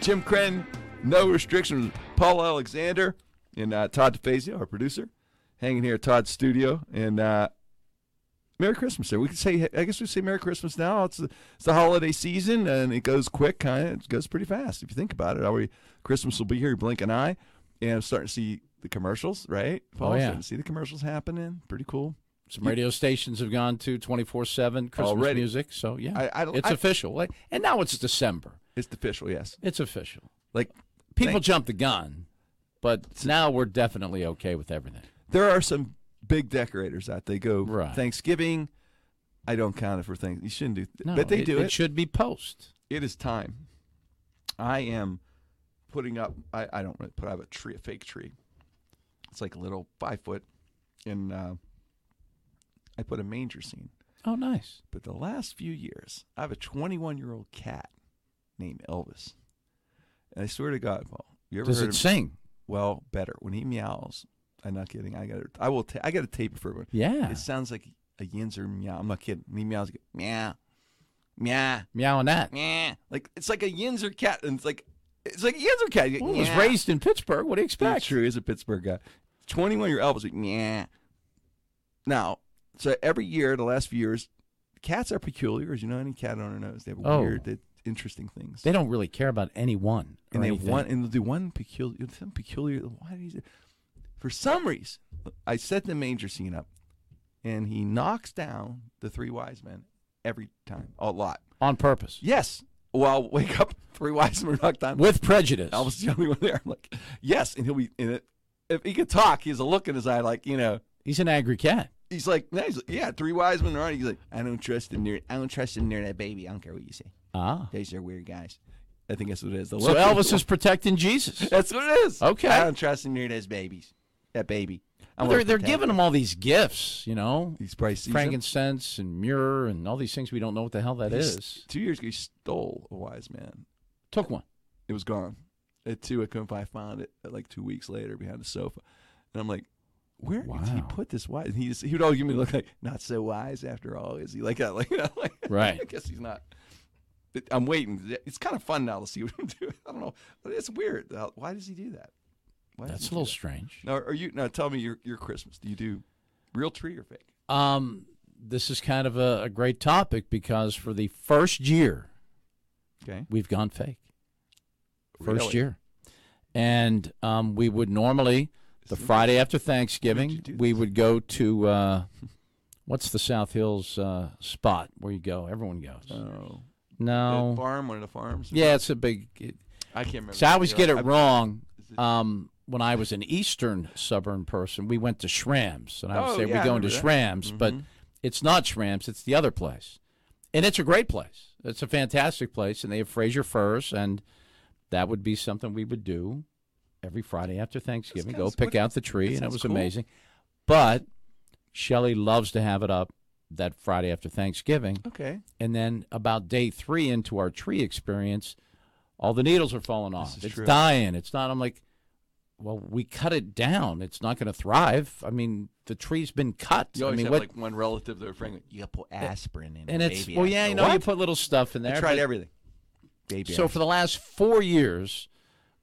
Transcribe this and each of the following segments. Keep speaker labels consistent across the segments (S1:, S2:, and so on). S1: Jim Crenn, No Restrictions, Paul Alexander, and uh, Todd DeFazio, our producer, hanging here at Todd's studio. And uh, Merry Christmas, sir. We could say, I guess we say Merry Christmas now. It's the, it's the holiday season, and it goes quick, kind of. It goes pretty fast if you think about it. Already, Christmas will be here. You blink an eye, and I'm starting to see the commercials, right? Paul,
S2: yeah.
S1: starting to see the commercials happening. Pretty cool.
S2: Some radio stations have gone to 24 7 Christmas
S1: Already.
S2: music. So, yeah,
S1: I- I-
S2: it's
S1: I-
S2: official. Like, And now it's December.
S1: It's official, yes.
S2: It's official.
S1: Like
S2: People
S1: thank-
S2: jumped the gun, but now we're definitely okay with everything.
S1: there are some big decorators out. They go
S2: Right.
S1: Thanksgiving. I don't count it for things. You shouldn't do,
S2: No,
S1: but they
S2: it,
S1: do it.
S2: It should be post.
S1: it is time. I am putting up. I, I don't really put. I have a tree, a fake tree. It's like a little five foot, and uh, I put a manger scene.
S2: Oh, nice.
S1: But the last few years, I have a 21 year old cat named Elvis, and I swear to God, Paul, you ever
S2: Does
S1: heard
S2: it
S1: of,
S2: sing?
S1: Well, better when he meows. I'm not kidding. I got. I will. Ta- I got to tape it for everyone.
S2: Yeah.
S1: It sounds like a yinzer meow. I'm not kidding. He meows like meow, meow,
S2: Meowing that.
S1: meow. Like it's like a yinzer cat, and it's like it's like a yinzer cat.
S2: Well, he was
S1: meow.
S2: raised in Pittsburgh. What do you expect?
S1: That's true. He's a Pittsburgh guy. Twenty-one year Elvis like meow. Now, so every year the last few years, cats are peculiar. As you know, any cat owner knows they have
S2: Oh.
S1: weird, they, interesting things.
S2: They don't really care about anyone. Or
S1: and they have
S2: anything.
S1: one and they'll do one peculiar some peculiar why did he say- for some reason I set the manger scene up and he knocks down the three wise men every time a lot
S2: on purpose
S1: yes well wake up three wise men are knocked down
S2: with prejudice.
S1: Elvis is the only one there I'm like yes and he'll be in it if he could talk he has a look in his eye like you know
S2: He's an angry cat.
S1: he's like, no, he's like, yeah three wise men are on it." he's like I don't trust him near I don't trust him near that baby I don't care what you say
S2: Ah.
S1: these are weird guys I think that's what it is the
S2: So
S1: look-
S2: Elvis is protecting Jesus.
S1: That's what it is.
S2: Okay.
S1: I don't trust him near those babies. That baby. I'm gonna
S2: Well, they're they're
S1: protect
S2: giving him all these gifts, you know,
S1: He's probably sees him.
S2: frankincense and myrrh and all these things. We don't know what the hell that
S1: He
S2: is.
S1: s- Two years ago, he stole a wise man.
S2: Took one.
S1: It was gone. At two, I couldn't find found it uh, like two weeks later behind the sofa. And I'm like, where did he
S2: Wow.
S1: put this wise? And he just, he would always give me a look like, not so wise after all, is he? Like, I, like, you know, like
S2: Right.
S1: I guess he's not. But I'm waiting. It's kind of fun now to see what he'll do. I don't know. It's weird. How- Why does he do that? Why does
S2: That's
S1: he
S2: a
S1: do
S2: little
S1: that?
S2: strange.
S1: Now, are you now? Tell me your your Christmas. Do you do real tree or fake?
S2: Um, this is kind of a, a great topic because for the first year,
S1: Okay.
S2: we've gone fake. First
S1: Really?
S2: year. And um, we would normally, the Friday after
S1: Why
S2: Thanksgiving,
S1: did you do
S2: we
S1: this?
S2: would go to uh, what's the South Hills uh, spot where you go? Everyone goes.
S1: Oh.
S2: no.
S1: The farm, one of the farms.
S2: yeah, it's a big. It,
S1: I can't remember.
S2: so I always get it
S1: I-
S2: wrong. Um, when I was an Eastern Southern person, we went to Shram's, and I would
S1: Oh,
S2: say
S1: yeah, I
S2: we're going to
S1: remember that. Mm-hmm.
S2: Shram's, but it's not Shram's; it's the other place, and it's a great place. It's a fantastic place, and they have Fraser furs, and that would be something we would do every Friday after Thanksgiving. Go
S1: sounds-
S2: pick
S1: what-
S2: out the
S1: that
S2: tree, and it
S1: sounds
S2: was
S1: cool.
S2: amazing. But Shelley loves to have it up that Friday after Thanksgiving,
S1: Okay.
S2: and then about day three into our tree experience, all the needles are falling off.
S1: is
S2: It's
S1: true.
S2: dying. It's not. I'm like, well, we cut it down. It's not going to thrive. I mean, the tree's been cut.
S1: You
S2: I
S1: always
S2: mean,
S1: have
S2: what?
S1: like one relative that a friend. Like, you gotta put aspirin in.
S2: and
S1: it,
S2: it's
S1: baby
S2: well, yeah,
S1: aspirin."
S2: you know, you
S1: What?
S2: put little stuff in there.
S1: I tried
S2: but-
S1: everything. Baby.
S2: So for the last four years,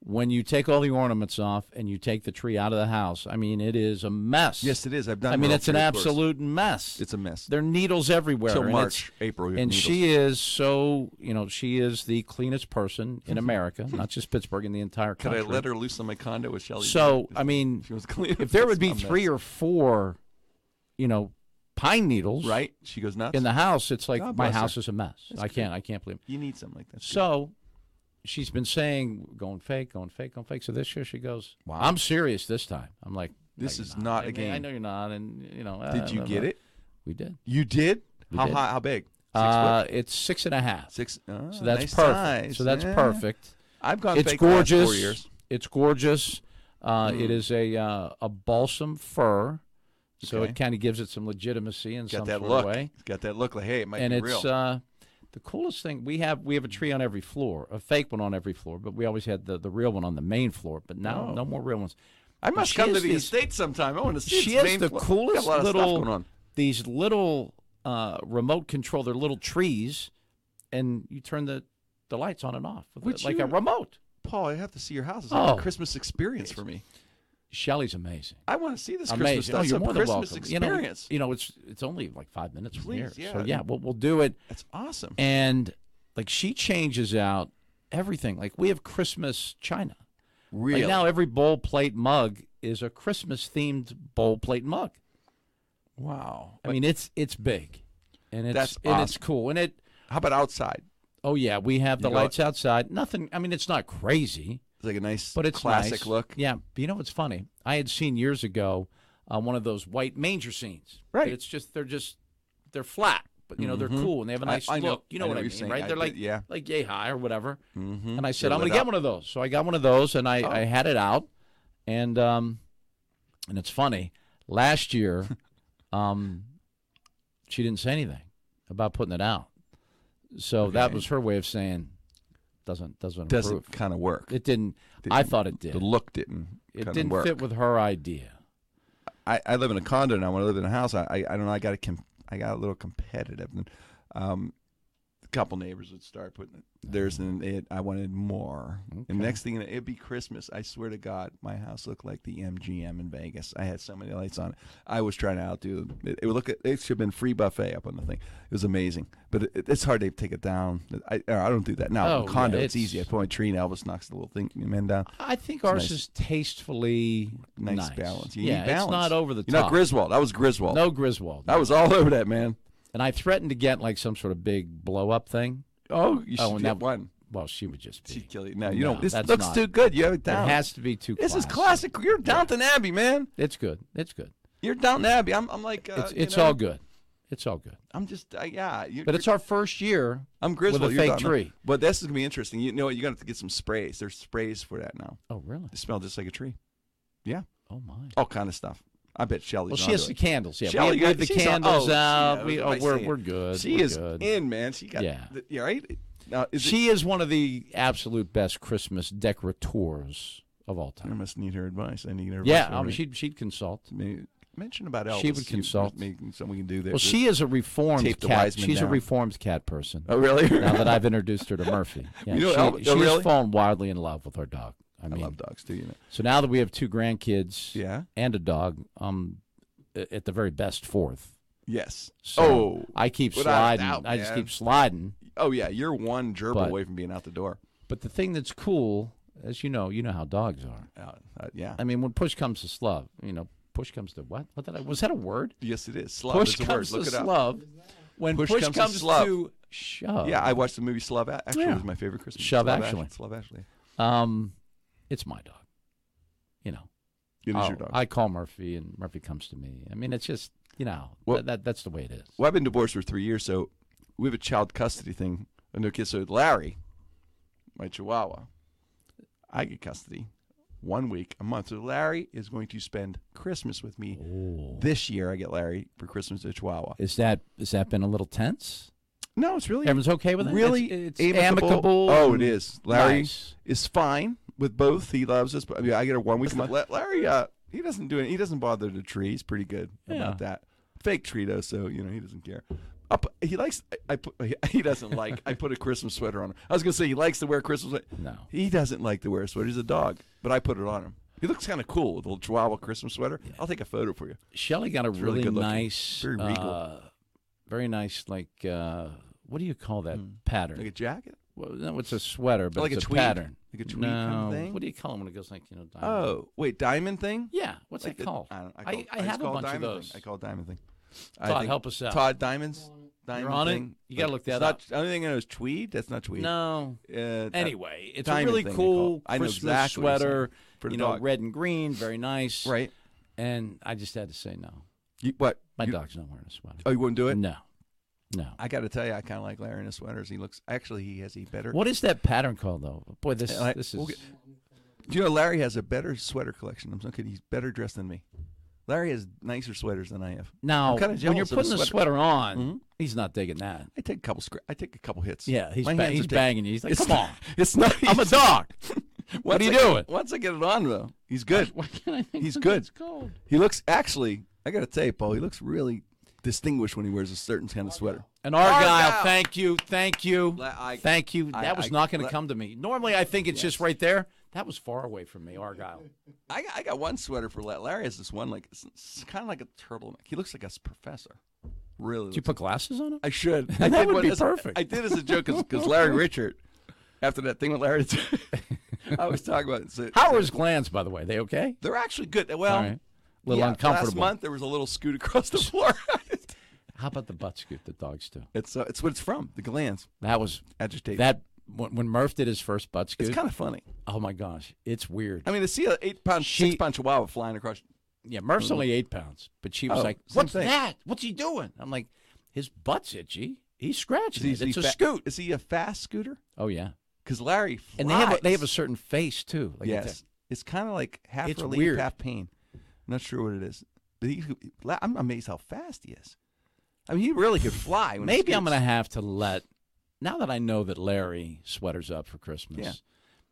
S2: when you take all the ornaments off and you take the tree out of the house, I mean, it is a mess.
S1: yes, it is. I've done.
S2: I mean,
S1: real
S2: it's an
S1: tree, of course.
S2: absolute mess.
S1: It's a mess.
S2: There are needles everywhere.
S1: Till
S2: and
S1: March,
S2: it's-
S1: April. you have
S2: and
S1: needles.
S2: she is so you know she is the cleanest person in America, not just Pittsburgh, in the entire
S1: Mm-hmm. Could
S2: country.
S1: I let her loose on my condo with Shelly?
S2: So I mean,
S1: she was clean.
S2: if there would be three or four, you know, pine needles
S1: right? She goes nuts.
S2: in the house, it's like
S1: God
S2: my
S1: bless her.
S2: house is a mess. I can't, I can't believe. It.
S1: you need something like that.
S2: So she's been saying going fake, going fake, going fake. So this year she goes, I'm serious this time. I'm like, "No,
S1: This
S2: you're
S1: is not
S2: I
S1: a
S2: mean, I
S1: game."
S2: know you're not, and you know.
S1: did
S2: uh,
S1: you
S2: blah,
S1: get
S2: blah."
S1: it?
S2: We did.
S1: You did. How
S2: did.
S1: high? How big? Six foot.
S2: Uh, it's six and a half.
S1: Six. oh,
S2: So that's
S1: nice
S2: perfect.
S1: size.
S2: So that's
S1: Yeah.
S2: perfect.
S1: I've gone.
S2: it's
S1: fake the last
S2: gorgeous.
S1: Four years. Mm.
S2: It's gorgeous. Uh, It is a uh, a balsam fir, so
S1: Okay.
S2: it kind of gives it some legitimacy in
S1: Got
S2: some
S1: that
S2: sort
S1: look.
S2: of way.
S1: It's Got that look. Like hey, it might
S2: and
S1: be
S2: it's
S1: real.
S2: uh, the coolest thing we have. We have a tree on every floor, a fake one on every floor, but we always had the, the real one on the main floor. But now
S1: Oh.
S2: no more real ones.
S1: I
S2: But
S1: must
S2: she
S1: come to
S2: has
S1: the
S2: these-
S1: estate sometime. I want to see.
S2: She
S1: its
S2: has
S1: main
S2: the
S1: floor. Got
S2: coolest
S1: a lot of stuff
S2: little
S1: going on.
S2: these little uh, remote control. They're little trees, and you turn the the lights on and off with a-
S1: Would
S2: like a
S1: you-
S2: remote.
S1: Paul, I have to see your house. It's like
S2: Oh.
S1: a Christmas experience for me.
S2: Shelley's amazing.
S1: I want to see this Christmas.
S2: Amazing.
S1: That's
S2: oh, you're
S1: a
S2: more than
S1: Christmas
S2: welcome.
S1: experience.
S2: You know, you know, it's it's only like five minutes from here.
S1: Please, yeah.
S2: So yeah, we'll, we'll do it.
S1: That's awesome.
S2: And like she changes out everything. Like we have Christmas china.
S1: Really?
S2: Like now every bowl plate mug is a Christmas themed bowl plate mug.
S1: wow.
S2: I mean, it's it's big, and it's
S1: That's
S2: and it's
S1: awesome.
S2: cool. And it
S1: How about outside?
S2: oh yeah, we have the
S1: You got-
S2: lights outside. Nothing. I mean, it's not crazy.
S1: It's like a nice
S2: but it's
S1: classic
S2: nice.
S1: look.
S2: Yeah, but you know what's funny? I had seen years ago uh, one of those white manger scenes.
S1: Right. Mm-hmm.
S2: It's just they're just they're flat, but you know they're cool and they have a
S1: I-
S2: nice
S1: I know-
S2: look. You know
S1: I know
S2: what
S1: what
S2: I
S1: you're
S2: mean,
S1: saying.
S2: right?
S1: I
S2: they're
S1: did-
S2: like
S1: yeah.
S2: like yay high or whatever.
S1: Mm-hmm.
S2: And I said I'm
S1: lit
S2: going to get
S1: up. Oh.
S2: one of those, so I got one of those and I, I had it out, and um, and it's funny. Last year, um, she didn't say anything about putting it out, so that
S1: Okay.
S2: was her way of saying doesn't doesn't approve.
S1: Doesn't kind of work.
S2: It didn't. I thought it did.
S1: The look didn't.
S2: It
S1: kinda
S2: didn't
S1: work.
S2: fit with her idea.
S1: I, I live in a condo now. When I live in a house, I, I, I don't know. I got a com- I got a little competitive, and um, a couple neighbors would start putting theirs, and it, I wanted more. And next thing, you know, it'd be Christmas. I swear to God, my house looked like the MGM in Vegas. I had so many lights on. it. I was trying to outdo them. It, it would look. It should have been free buffet up on the thing. It was amazing, but it, it's hard to take it down. I, I don't do that now.
S2: Oh,
S1: in condo,
S2: yeah,
S1: it's,
S2: it's-
S1: easy. I put my tree, and Elvis knocks the little thing man down.
S2: I think ours
S1: nice.
S2: is tastefully
S1: Nice,
S2: nice,
S1: balance. You
S2: yeah,
S1: need balance.
S2: it's not over the
S1: You're
S2: top.
S1: not Griswold. That was Griswold.
S2: no Griswold.
S1: I was all over that, man.
S2: And I threatened to get like some sort of big blow up thing.
S1: Oh, you
S2: Oh,
S1: should
S2: and
S1: get
S2: that-
S1: one.
S2: Well, she would just be.
S1: She'd kill you. No, you
S2: No,
S1: don't. This
S2: that's
S1: looks
S2: not-
S1: too good. You have it
S2: It
S1: down.
S2: has to be too.
S1: this is
S2: classy.
S1: classic. You're Downton Abbey, man.
S2: It's good. It's good.
S1: You're Downton Abbey. I'm, I'm like, uh,
S2: It's
S1: you
S2: it's
S1: know,
S2: all good. It's all good.
S1: I'm just, uh, yeah. You,
S2: But it's our first year.
S1: I'm Griswold.
S2: with a
S1: you're
S2: fake
S1: Downton-
S2: tree.
S1: But this is gonna be interesting. You know what? You're gonna have to get some sprays. There's sprays for that now.
S2: Oh really?
S1: They smell just like a tree. Yeah,
S2: Oh my.
S1: all kind of stuff. I bet Shelly's.
S2: Well, she has the
S1: It.
S2: candles. Yeah,
S1: Shelley
S2: we have
S1: got-
S2: the
S1: she's on-
S2: candles
S1: oh, she
S2: out.
S1: knows.
S2: We,
S1: Am I
S2: oh, we're
S1: saying-
S2: we're good.
S1: She
S2: We're
S1: is
S2: good.
S1: in, man. She got.
S2: Yeah.
S1: The, you all right? Now, is it,
S2: she is one of the absolute best Christmas decorateurs of all
S1: I
S2: time.
S1: must need her advice. I need her.
S2: Yeah,
S1: advice
S2: I
S1: over
S2: mean,
S1: it.
S2: she'd she'd consult.
S1: Maybe- mention about Elvis.
S2: She would
S1: You-
S2: consult.
S1: Maybe something we can do there.
S2: Well, she is a reformed
S1: Tape the
S2: cat.
S1: wise men
S2: She's a
S1: down.
S2: reformed cat person.
S1: Oh, really?
S2: Now that I've introduced her to Murphy, yeah,
S1: You know,
S2: she,
S1: Elvis- oh,
S2: she's
S1: really?
S2: fallen wildly in love with her dog. I
S1: I
S2: mean,
S1: love dogs too. You know.
S2: so now that we have two grandkids
S1: Yeah.
S2: and a dog, um, a- at the very best fourth.
S1: Yes.
S2: So
S1: oh.
S2: I keep
S1: without a
S2: sliding.
S1: doubt,
S2: I just
S1: man.
S2: keep sliding.
S1: Oh yeah. You're one gerbil
S2: But-
S1: away from being out the door.
S2: But the thing that's cool, as you know, you know how dogs are.
S1: Uh, uh, yeah.
S2: I mean, when push comes to slove, you know, push comes to what? What did I? Was that a word?
S1: yes, it is. Slub
S2: Push
S1: is a word.
S2: comes
S1: Look
S2: to
S1: it up.
S2: slove. When
S1: Push
S2: push,
S1: comes
S2: comes,
S1: to slove.
S2: to shove,
S1: Yeah, I watched the movie Slub. A- Actually, it
S2: Yeah.
S1: was my favorite Christmas.
S2: Shove
S1: Slub
S2: Actually.
S1: Slub actually.
S2: um, it's my dog. You know,
S1: It is
S2: I'll-
S1: your dog.
S2: Oh, I call Murphy, and Murphy comes to me. I mean, it's just you know
S1: Well-
S2: that, that that's the way it is.
S1: well, I've been divorced for three years, so we have a child custody thing. I no kids. So Larry, my Chihuahua, I get custody one week a month. So Larry is going to spend Christmas with me this year. I get Larry for Christmas a Chihuahua.
S2: Is that is that been a little tense?
S1: No, it's really
S2: Everyone's okay with it.
S1: Really
S2: it's, it's
S1: amicable.
S2: amicable.
S1: Oh, it
S2: and
S1: is. Larry
S2: nice.
S1: is fine with both. He loves us, but I, mean, I get a one week. a month. La- Larry, uh, he doesn't do it. He doesn't bother the tree. He's pretty good
S2: Yeah.
S1: about that. Fake tree though, so you know he doesn't care. Up, he likes. I, I put. He, he doesn't like. I put a Christmas sweater on him. I was gonna say he likes to wear Christmas. sweater.
S2: No.
S1: he doesn't like to wear a sweater. He's a dog, but I put it on him. He looks kind of cool with a little Chihuahua Christmas sweater. I'll take a photo for you.
S2: Shelly got a
S1: really
S2: really,
S1: good looking.
S2: nice,
S1: Very regal.
S2: uh, very nice. Like uh, what do you call that pattern?
S1: Hmm. Like a jacket.
S2: Well, no, it's a sweater, but
S1: Like
S2: it's
S1: a
S2: a,
S1: tweed?
S2: pattern.
S1: Like a tweed
S2: no,
S1: kind of thing?
S2: What do you call them when it goes like you know? Diamond?
S1: Oh wait, diamond thing.
S2: yeah. What's
S1: Like
S2: that
S1: the-
S2: called?
S1: I, don't, I,
S2: I-
S1: call,
S2: I
S1: just
S2: have a
S1: call it
S2: bunch of
S1: diamond thing.
S2: those.
S1: I call it diamond thing. I
S2: Todd,
S1: think-
S2: help us out.
S1: Todd Diamonds. Diamond
S2: on it?
S1: thing.
S2: You gotta
S1: But
S2: look that
S1: it's
S2: up.
S1: Not, I don't think I know it's tweed. That's not tweed.
S2: No.
S1: Uh,
S2: Anyway, it's a
S1: diamond
S2: really
S1: thing they call
S2: cool
S1: it. I know
S2: Christmas
S1: exactly what you're
S2: sweater.
S1: saying. For the
S2: you know,
S1: dog.
S2: red and green, very nice.
S1: uh, right.
S2: And I just had to say no.
S1: You, what?
S2: My
S1: you,
S2: dog's not wearing a sweater.
S1: Oh, you wouldn't do it?
S2: No, no.
S1: I got to tell you, I kind of like Larry in his sweaters. He looks. Actually, he has a better.
S2: What is that pattern called though? Boy, this
S1: I-
S2: this is.
S1: we'll get- Do you know Larry has a better sweater collection? I'm not kidding. He's better dressed than me. Larry has nicer sweaters than I have.
S2: now,
S1: I'm kinda
S2: when
S1: jealous
S2: you're
S1: of the
S2: putting the
S1: sweater.
S2: sweater, on,
S1: Mhm.
S2: he's not digging that.
S1: I take a couple. Scr- I take a couple hits.
S2: Yeah, he's,
S1: My
S2: ba-
S1: hands are
S2: he's
S1: taking-
S2: banging you. He's like,
S1: It's
S2: come on.
S1: not- It's not.
S2: I'm a dog.
S1: Once
S2: what are you
S1: I get-
S2: doing?
S1: Once I get it on, though, he's good.
S2: Why can't I think
S1: He's
S2: of
S1: good.
S2: this cold?
S1: He looks actually. I got to tell you, Paul. He looks really distinguished when he wears a certain kind of sweater.
S2: An Argyle,
S1: Argyle.
S2: thank you, thank you,
S1: Le- I-
S2: thank you.
S1: I-
S2: that was
S1: I-
S2: not going to
S1: le-
S2: come to me. Normally, I think it's just right there. That was far away from me, Argyle.
S1: I got, I got one sweater for La- Larry. Has this one like it's, kind of like a turtleneck. He looks like a s- professor. Really,
S2: Do you
S1: looks-
S2: put glasses on him?
S1: I should. I
S2: That would
S1: one
S2: be
S1: as-
S2: perfect.
S1: I did as a joke because Larry Richard, after that thing with Larry, I was talking about. It, so,
S2: How are his glands, by the way? They okay?
S1: they're actually good. Well,
S2: All right. A little
S1: yeah, Last
S2: uncomfortable.
S1: month there was a little scoot across the floor.
S2: How about the butt scoop that dogs do?
S1: it's uh, it's what it's from. The glands
S2: That was
S1: agitate.
S2: that when, when Murph did his first butt scoop.
S1: it's kind of funny.
S2: oh my gosh, it's weird.
S1: I mean, to see a eight pound,
S2: She-
S1: six pound chihuahua flying across.
S2: Yeah, Murph's only eight pounds, but she was
S1: Mm-hmm. Oh,
S2: like,
S1: same
S2: "What's
S1: thing.
S2: that? What's he doing?" I'm like, "His butt's itchy. He's
S1: Is
S2: scratching.
S1: he,
S2: it.
S1: is he
S2: It's a
S1: fa-
S2: scoot."
S1: Is he a fast scooter?
S2: Oh yeah,
S1: Because Larry flies.
S2: and they have a, they have a certain face too. Like it's
S1: yes. It's kind of like half
S2: It's
S1: relief,
S2: weird.
S1: half pain. I'm not sure what it is, but he, La- I'm amazed how fast he is. I mean, he really could fly.
S2: a-
S1: When he
S2: maybe I'm
S1: scoots.
S2: gonna have to let. Now that I know that Larry sweaters up for Christmas,
S1: Yeah.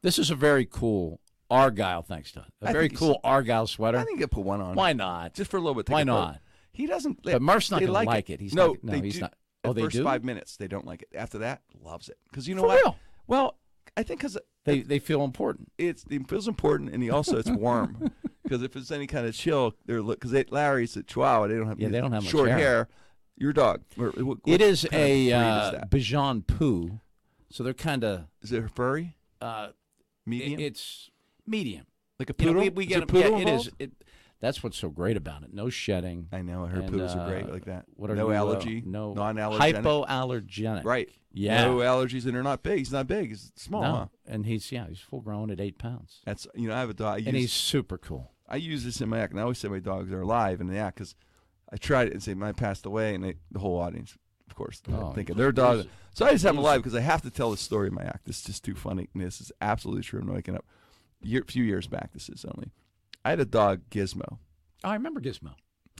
S2: this is a very cool Argyle. Thanks, Todd. A
S1: I
S2: very
S1: think he's-
S2: cool Argyle sweater.
S1: I think he'll put one on.
S2: Why not?
S1: Just for a little bit. take
S2: Why
S1: a photo.
S2: not?
S1: He doesn't.
S2: But Murph's not
S1: they
S2: gonna like it. He's
S1: no,
S2: not- no,
S1: they
S2: he's
S1: do-
S2: not-
S1: at
S2: Oh, they
S1: first
S2: do?
S1: Five minutes, they don't like it. After that, loves it because you know
S2: For
S1: what?
S2: real?
S1: Well, I think because
S2: They they feel important.
S1: it's it feels important, and he also it's warm. Because if it's any kind of chill, they're look because Larry's a Chihuahua. They don't have
S2: Yeah, they don't have much
S1: short
S2: hair.
S1: Your dog. or what- what
S2: it is
S1: kind of breed
S2: a
S1: is
S2: uh,
S1: that?
S2: Bichon Poo, so they're kind of
S1: Is it furry?
S2: uh, i-
S1: Medium?
S2: it's medium.
S1: like a
S2: You know,
S1: poodle?
S2: we, we
S1: Is
S2: get
S1: a
S2: 'em-
S1: poodle
S2: yeah, it is.
S1: involved?
S2: It, that's what's so great about it. No shedding.
S1: I know. I heard
S2: and,
S1: poodles are
S2: uh,
S1: great like that.
S2: What are
S1: no
S2: you, uh,
S1: allergy.
S2: no
S1: non-allergenic.
S2: Hypoallergenic.
S1: Right.
S2: Yeah.
S1: No allergies, and they're not big. He's not big. He's small.
S2: No.
S1: Huh?
S2: And he's yeah he's full grown at eight pounds.
S1: That's you know I have a dog. I
S2: and
S1: use-
S2: he's super cool.
S1: I use this in my act, and I always say my dogs are alive in the act because I tried it and say mine passed away, and they, the whole audience, of course, they're
S2: Oh,
S1: thinking their dog. So I just have them alive because I have to tell the story in my act. This is just too funny. And this is absolutely true. I'm waking up. Year, few years back, this is only. I had a dog, Gizmo.
S2: Oh, I remember Gizmo.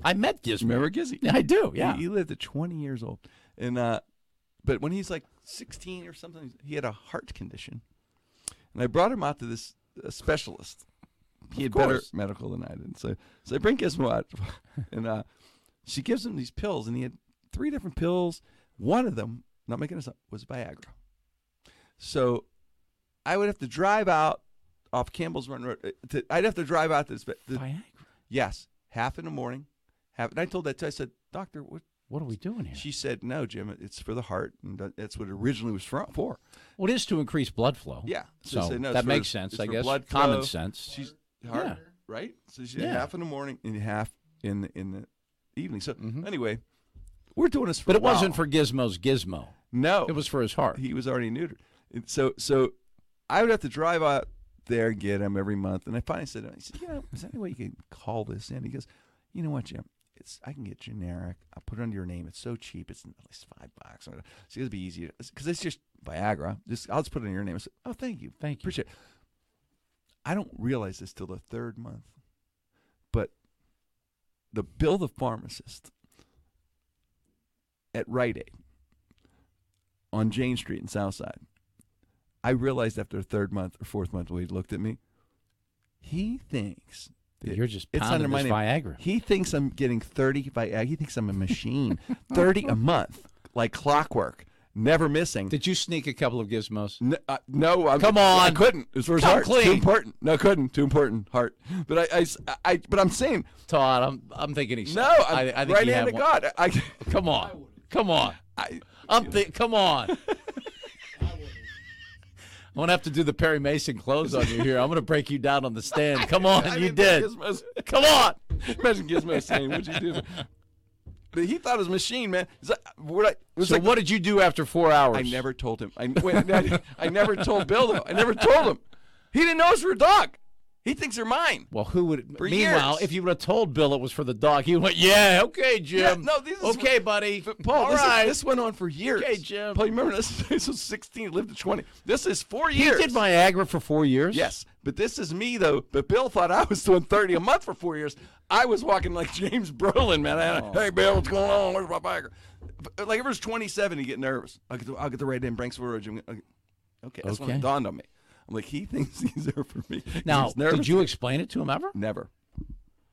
S2: I met Gizmo.
S1: Remember Gizzy?
S2: Yeah, I do. Yeah.
S1: He, he lived at 20 years old, and uh, but when he's like 16 or something, he had a heart condition, and I brought him out to this uh, specialist. He had better
S2: course.
S1: medical than I did, so so I bring Gizmo out, and uh, she gives him these pills, and he had three different pills. One of them, not making this up, was Viagra. So I would have to drive out off Campbell's Run Road. uh, To, I'd have to drive out to this. to-
S2: Viagra.
S1: yes, half in the morning, half. And I told that. To, I said, Doctor, what
S2: What are we doing here?
S1: she said, "No, Jim, it's for the heart, and that- that's what it originally was fro- for."
S2: Well, it is to increase blood flow.
S1: Yeah,
S2: So
S1: she said, "No, it's
S2: that
S1: for-
S2: makes sense,
S1: it's
S2: I
S1: for
S2: guess.
S1: blood
S2: Common
S1: flow."
S2: sense.
S1: She's heart,
S2: Yeah.
S1: right? So she had
S2: Yeah.
S1: half in the morning and half in the, in the evening. So anyway, we're doing this, for
S2: Mm-hmm. but
S1: a
S2: it wasn't
S1: while.
S2: for Gizmo's Gizmo.
S1: no,
S2: It was for his heart.
S1: he was already neutered. And so so I would have to drive out there and get him every month. And I finally said, I said, you know, is there any way you can call this in? He goes, you know what, Jim? It's I can get generic. I'll put it under your name. It's so cheap. It's at least five bucks. So it'll be easy because it's just Viagra. Just I'll just put it in your name. I said, oh, thank you,
S2: Thank you.
S1: appreciate. it. I don't realize this till the third month, but the bill the pharmacist at Rite Aid on Jane Street in Southside. I realized after the third month or fourth month, when he looked at me. He thinks
S2: That
S1: that
S2: you're just
S1: it's under
S2: pounding
S1: my
S2: this
S1: name.
S2: Viagra.
S1: He thinks I'm getting thirty Viagra. He thinks I'm a machine. thirty a month, like clockwork, never missing.
S2: Did you sneak a couple of Gizmos?
S1: No, uh, no I'm,
S2: Come
S1: I
S2: on.
S1: couldn't. It's for his
S2: Come
S1: heart. Too
S2: clean.
S1: important. No, couldn't. Too important. Heart. But I, I s- I- but I'm saying
S2: Todd, I'm I'm thinking he's
S1: no.
S2: I,
S1: I'm
S2: I think
S1: right
S2: he had
S1: hand of
S2: one.
S1: God. I,
S2: Come on, come on.
S1: I,
S2: I'm thi- come on. I'm gonna have to do the Perry Mason close on you here. I'm gonna break you down on the stand. Come on,
S1: I
S2: Oh, you
S1: didn't think
S2: did.
S1: Gizmo's-
S2: Come on.
S1: Imagine Gizmo saying, "What'd you do?" But he thought it was machine man. It's like, what I, it was
S2: So
S1: like-
S2: what did you do after four hours?
S1: I never told him. I, wait, I, I never told Bill though. I never told him. He didn't know it's for a dog. He thinks they're mine.
S2: Well, who would?
S1: For
S2: meanwhile,
S1: years.
S2: if you would have told Bill it was for the dog, he went, "Yeah, okay, Jim.
S1: no, this is-
S2: okay, buddy.
S1: Paul,
S2: All
S1: this, is-
S2: right."
S1: this went on for years.
S2: Okay, Jim.
S1: Paul, you remember this? This was 16, lived to 20. This is four
S2: he
S1: years.
S2: did Viagra for four years.
S1: Yes, but this is me though. But Bill thought I was doing thirty a month for four years. I was walking like James Brolin, man.
S2: Oh.
S1: I- Hey, Bill, what's going on? Where's my biker? But, Like if it was twenty-seven, you get nervous. I'll get the, I'll get the right in Brinks Road. Jim. I'll get- Okay, that's when
S2: Okay.
S1: it dawned on me. I'm like, he thinks these are for me. He
S2: Now,
S1: was nervous. Mm,
S2: did you explain it to him ever?
S1: Never.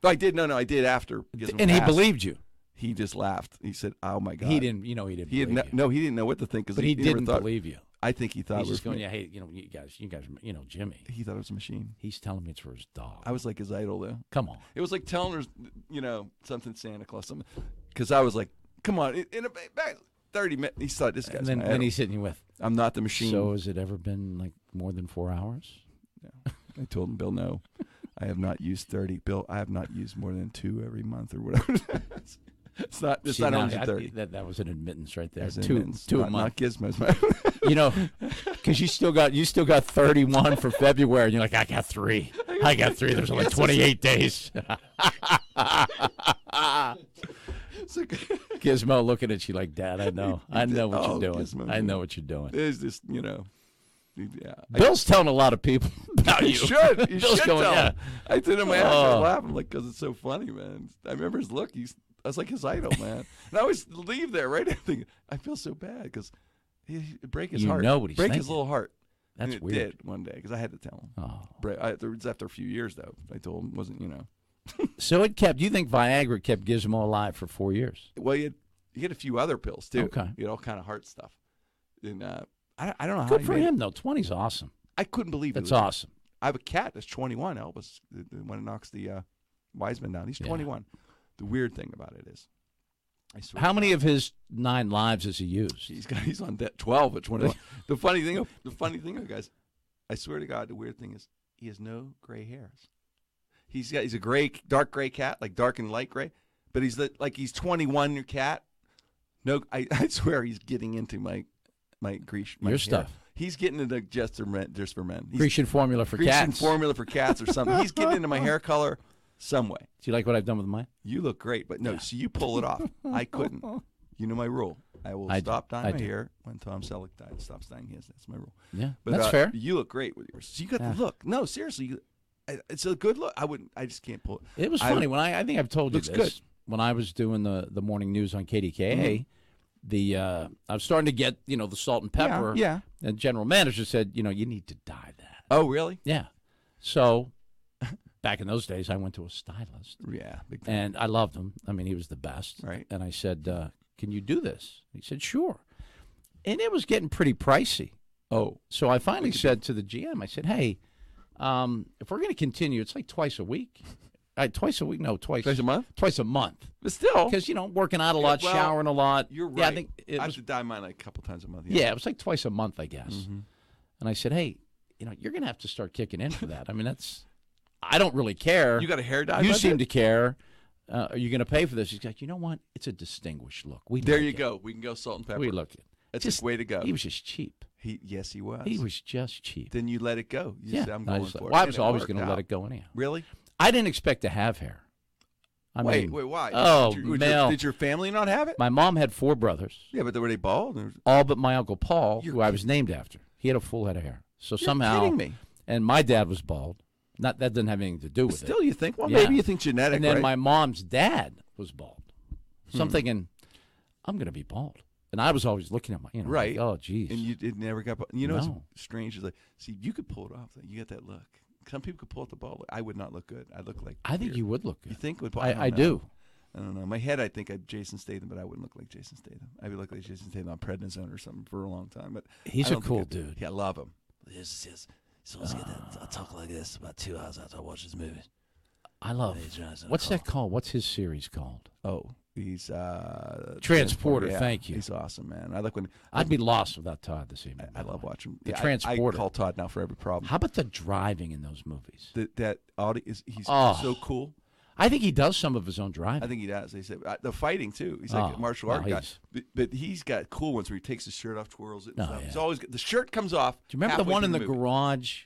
S1: No, I did. No, no, I did after. Gizmo
S2: And he
S1: passed.
S2: believed you.
S1: he just laughed. He said, "Oh my god."
S2: He didn't. You know, he didn't.
S1: He had
S2: believe
S1: no,
S2: you.
S1: no, he didn't know what to think because
S2: but
S1: he,
S2: he,
S1: never
S2: didn't
S1: thought,
S2: believe you.
S1: I think he thought
S2: He's
S1: it was
S2: just going,
S1: me.
S2: yeah, hey, you know, you guys, you guys, you know, Jimmy.
S1: he thought it was a machine.
S2: He's telling me it's for his dog.
S1: I was like his idol though.
S2: Come on.
S1: It was like telling her, you know, something Santa Claus, something. Because I was like, come on, in in a, back thirty minutes, he thought this guy's.
S2: And then,
S1: my
S2: then
S1: idol.
S2: he's hitting you with.
S1: I'm not the machine.
S2: So has it ever been like more than four hours?
S1: I told him, Bill, no, I have not used thirty. Bill, I have not used more than two every month or whatever. it's not. It's
S2: See,
S1: not
S2: now,
S1: hundred
S2: I-
S1: thirty.
S2: That, that was an admittance right there.
S1: As in
S2: Two,
S1: minutes,
S2: two a
S1: not,
S2: month.
S1: not gizmos.
S2: you know, because you still got you still got 31 for February, and you're like, I got three, I got three. There's only 28 days.
S1: It's like-
S2: Gizmo looking at you like, Dad, I know, I know what
S1: Oh,
S2: you're doing.
S1: Gizmo,
S2: I
S1: yeah.
S2: know what you're doing.
S1: There's this, you know. Yeah. I-
S2: Bill's telling a lot of people about you.
S1: You should. You
S2: Bill's
S1: should
S2: going,
S1: tell
S2: yeah.
S1: him. I did him. I had to
S2: Oh.
S1: laugh. I'm like, because it's so funny, man. I remember his look. He's, I was like his idol, man. And I always leave there, right? I think I feel so bad because he he'd break his
S2: You
S1: heart.
S2: know what he's
S1: break his
S2: thinking.
S1: little heart.
S2: That's
S1: and it
S2: weird.
S1: Did one day because I had to tell him.
S2: Oh.
S1: Bre- I, it was after a few years though. I told him wasn't you know.
S2: So it kept. You think Viagra kept Gizmo alive for four years?
S1: Well, he had, he had a few other pills too.
S2: Okay.
S1: He had all kind of heart stuff. And uh, I, I don't know how
S2: Good
S1: he
S2: for
S1: made it.
S2: him though. 20's awesome.
S1: I couldn't believe it.
S2: That's awesome.
S1: I have a cat that's 21. Elvis, the, the one that knocks the uh, Wiseman down. He's
S2: Yeah.
S1: 21. The weird thing about it is, I swear,
S2: How many of his nine lives has he used?
S1: he's got he's on debt 12 at 21. the funny thing, the funny thing, though, guys, I swear to God, the weird thing is he has no gray hairs. He's got he's a gray, dark gray cat, like dark and light gray, but he's li- like he's 21 your cat. No, I, I swear he's getting into my my Greece my hair.
S2: Your stuff.
S1: He's getting into just for men. Just for men. He's
S2: Grecian formula for
S1: Grecian
S2: cats.
S1: formula for cats or something. He's getting into my hair color some way.
S2: Do you like what I've done with mine?
S1: You look great, but no, so you pull it off. I couldn't. You know my rule. I will
S2: I do.
S1: stop
S2: I
S1: dyeing my
S2: do.
S1: hair when Tom Selleck died. Stop dyeing his. That's my rule.
S2: Yeah,
S1: But
S2: that's
S1: uh,
S2: fair.
S1: You look great with yours. So you got
S2: Yeah.
S1: the look. No, seriously, you, I- it's a good look. I wouldn't. I just can't pull it.
S2: It was
S1: I-
S2: funny when I I think I've told you
S1: Looks
S2: this.
S1: good.
S2: When I was doing the the morning news on KDKA, the uh, I was starting to get you know the salt and pepper.
S1: Mm-hmm. yeah.
S2: And general manager said, you know, you need to dye that.
S1: Oh, really?
S2: Yeah. So back in those days, I went to a stylist
S1: Yeah. Big time.
S2: and I loved him. I mean, he was the best.
S1: Right.
S2: And I said, uh, can you do this? He said, sure. And it was getting pretty pricey.
S1: Oh,
S2: So I finally said to the GM, I said, "Hey, um, if we're going to continue, it's like twice a week, uh, twice a week, no, twice
S1: twice a month.
S2: twice a month,
S1: But still,
S2: because you know working out a lot,
S1: well,
S2: showering a lot.
S1: you're right.
S2: Yeah, I think it
S1: I have
S2: was.
S1: to dye mine like a couple times a month.
S2: Yeah, it was like twice a month, I guess.
S1: Mm-hmm.
S2: And I said, "Hey, you know, you're going to have to start kicking in for that. I mean, that's I don't really care.
S1: You got a hair dye.
S2: You
S1: budget?
S2: seem to care." Uh, are you going to pay for this? He's like, you know what? It's a distinguished look. We
S1: There
S2: like
S1: you
S2: it.
S1: go. We can go salt and pepper.
S2: We look it.
S1: That's
S2: just-
S1: the way to go.
S2: He was just cheap.
S1: He, yes, he was.
S2: He was just cheap.
S1: Then you let it go. You said, I'm
S2: And I
S1: going
S2: was like,
S1: for it.
S2: well, I
S1: And
S2: was
S1: it
S2: always
S1: worked
S2: going to
S1: out.
S2: let it go anyhow.
S1: Really?
S2: I didn't expect to have hair. I
S1: wait,
S2: mean,
S1: wait, why?
S2: oh,
S1: did your,
S2: Mel.
S1: did your family not have it?
S2: my mom had four brothers,
S1: yeah, but were they bald? Or-
S2: all but my uncle Paul,
S1: You're
S2: who I was named after. He had a full head of hair. So
S1: You're
S2: somehow,
S1: kidding me.
S2: and my dad was bald. Not that doesn't have anything to do with it.
S1: Still, you think? Well,
S2: Yeah.
S1: maybe you think genetic,
S2: and then
S1: right? Hmm.
S2: my mom's dad was bald. So I'm thinking, I'm going to be bald, and I was always looking at my, you know,
S1: Right.
S2: Like, oh, geez,
S1: and you it never got. You know,
S2: No.
S1: it's strange. Is like, see, you could pull it off. though. You got that look. Some people could pull out the bald. Look. I would not look good. I look like.
S2: I think
S1: weird.
S2: you would look
S1: You
S2: good.
S1: think would?
S2: I,
S1: don't
S2: I
S1: know.
S2: do.
S1: I don't know. In My head, I think I'm Jason Statham, but I wouldn't look like Jason Statham. I would look like Jason Statham on prednisone or something for a long time. But I
S2: He's a
S1: don't think
S2: cool
S1: I do.
S2: dude.
S1: Yeah, I love him.
S3: Yes, yes. So let's get that. I'll talk like this about two hours after I watch this movie.
S2: I love.
S3: Hey, Johnson,
S2: What's
S3: call.
S2: that called? What's his series called?
S1: Oh, he's uh
S2: Transporter,
S1: Yeah,
S2: thank you.
S1: He's awesome, man. I like when
S2: I'd be lost without Todd this evening.
S1: I
S2: by the
S1: love
S2: way.
S1: watching
S2: The
S1: yeah, I-
S2: Transporter.
S1: I, call Todd now for every problem.
S2: How about the driving in those movies?
S1: That that Audi is he's
S2: Oh.
S1: so cool.
S2: I think he does some of his own driving.
S1: I think he does. They said uh, the fighting too. He's
S2: Oh,
S1: like a martial
S2: no,
S1: art guy,
S2: he's-
S1: but, but he's got cool ones where he takes his shirt off, twirls it. And
S2: No,
S1: stuff. He's
S2: yeah.
S1: always got- the shirt comes off.
S2: Do you remember the
S1: halfway
S2: one
S1: through
S2: in the,
S1: movie. Mm-hmm.
S2: garage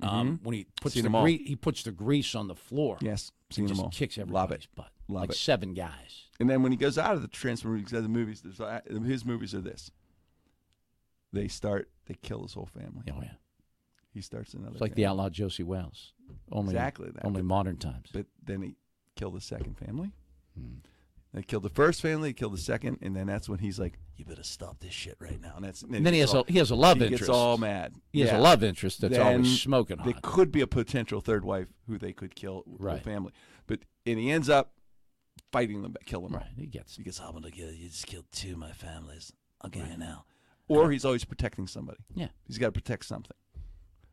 S2: um, when he puts
S1: Seen
S2: the
S1: them all.
S2: gre- he puts the grease on the floor?
S1: Yes,
S2: he
S1: seen them
S2: just
S1: all.
S2: kicks
S1: Love
S2: everybody's
S1: it.
S2: butt.
S1: Love
S2: like
S1: it.
S2: seven guys.
S1: And then when he goes out of the Transformers, he goes out of the movies. There's, uh, his movies are this. They start. They kill his whole family.
S2: Oh yeah,
S1: He starts another.
S2: it's like
S1: family.
S2: the outlaw Josie Wales. Only
S1: Exactly that.
S2: only modern times.
S1: But then he killed the second family.
S2: Hmm.
S1: They killed the first family. He killed the second, and then that's when he's like,
S3: You better stop this shit right now.
S1: "Now that's."
S2: and then he
S1: gets
S2: has
S1: all,
S2: a he has a love
S1: he
S2: interest.
S1: gets all mad.
S2: He has
S1: Yeah.
S2: a love interest that's
S1: Then
S2: always smoking
S1: There
S2: hot.
S1: could be a potential third wife who they could kill, whole
S2: Right.
S1: family. But and he ends up fighting them, but killing them.
S2: Right. He gets
S3: Because I'm gonna get you just killed two of my families. I'll get you now.
S1: Or he's always protecting somebody.
S2: Yeah.
S1: He's got to protect something.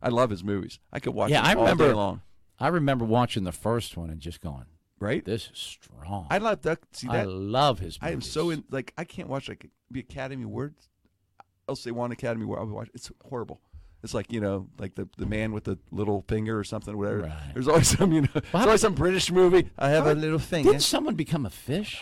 S1: I love his movies. I could watch
S2: Yeah,
S1: them
S2: I
S1: all
S2: remember-
S1: day long.
S2: I remember watching the first one and just going,
S1: Right?
S2: "This is strong."
S1: I love that. See
S2: I
S1: that?
S2: love his.
S1: I am so
S2: movies.
S1: in. Like I can't watch like the Academy Awards. Else they want Academy Award. I'll be watching. It's horrible. It's like you know, like the, the man with the little finger or something, whatever.
S2: Right.
S1: There's always some you know. there's always some British movie. I have a little finger.
S2: Did someone become a fish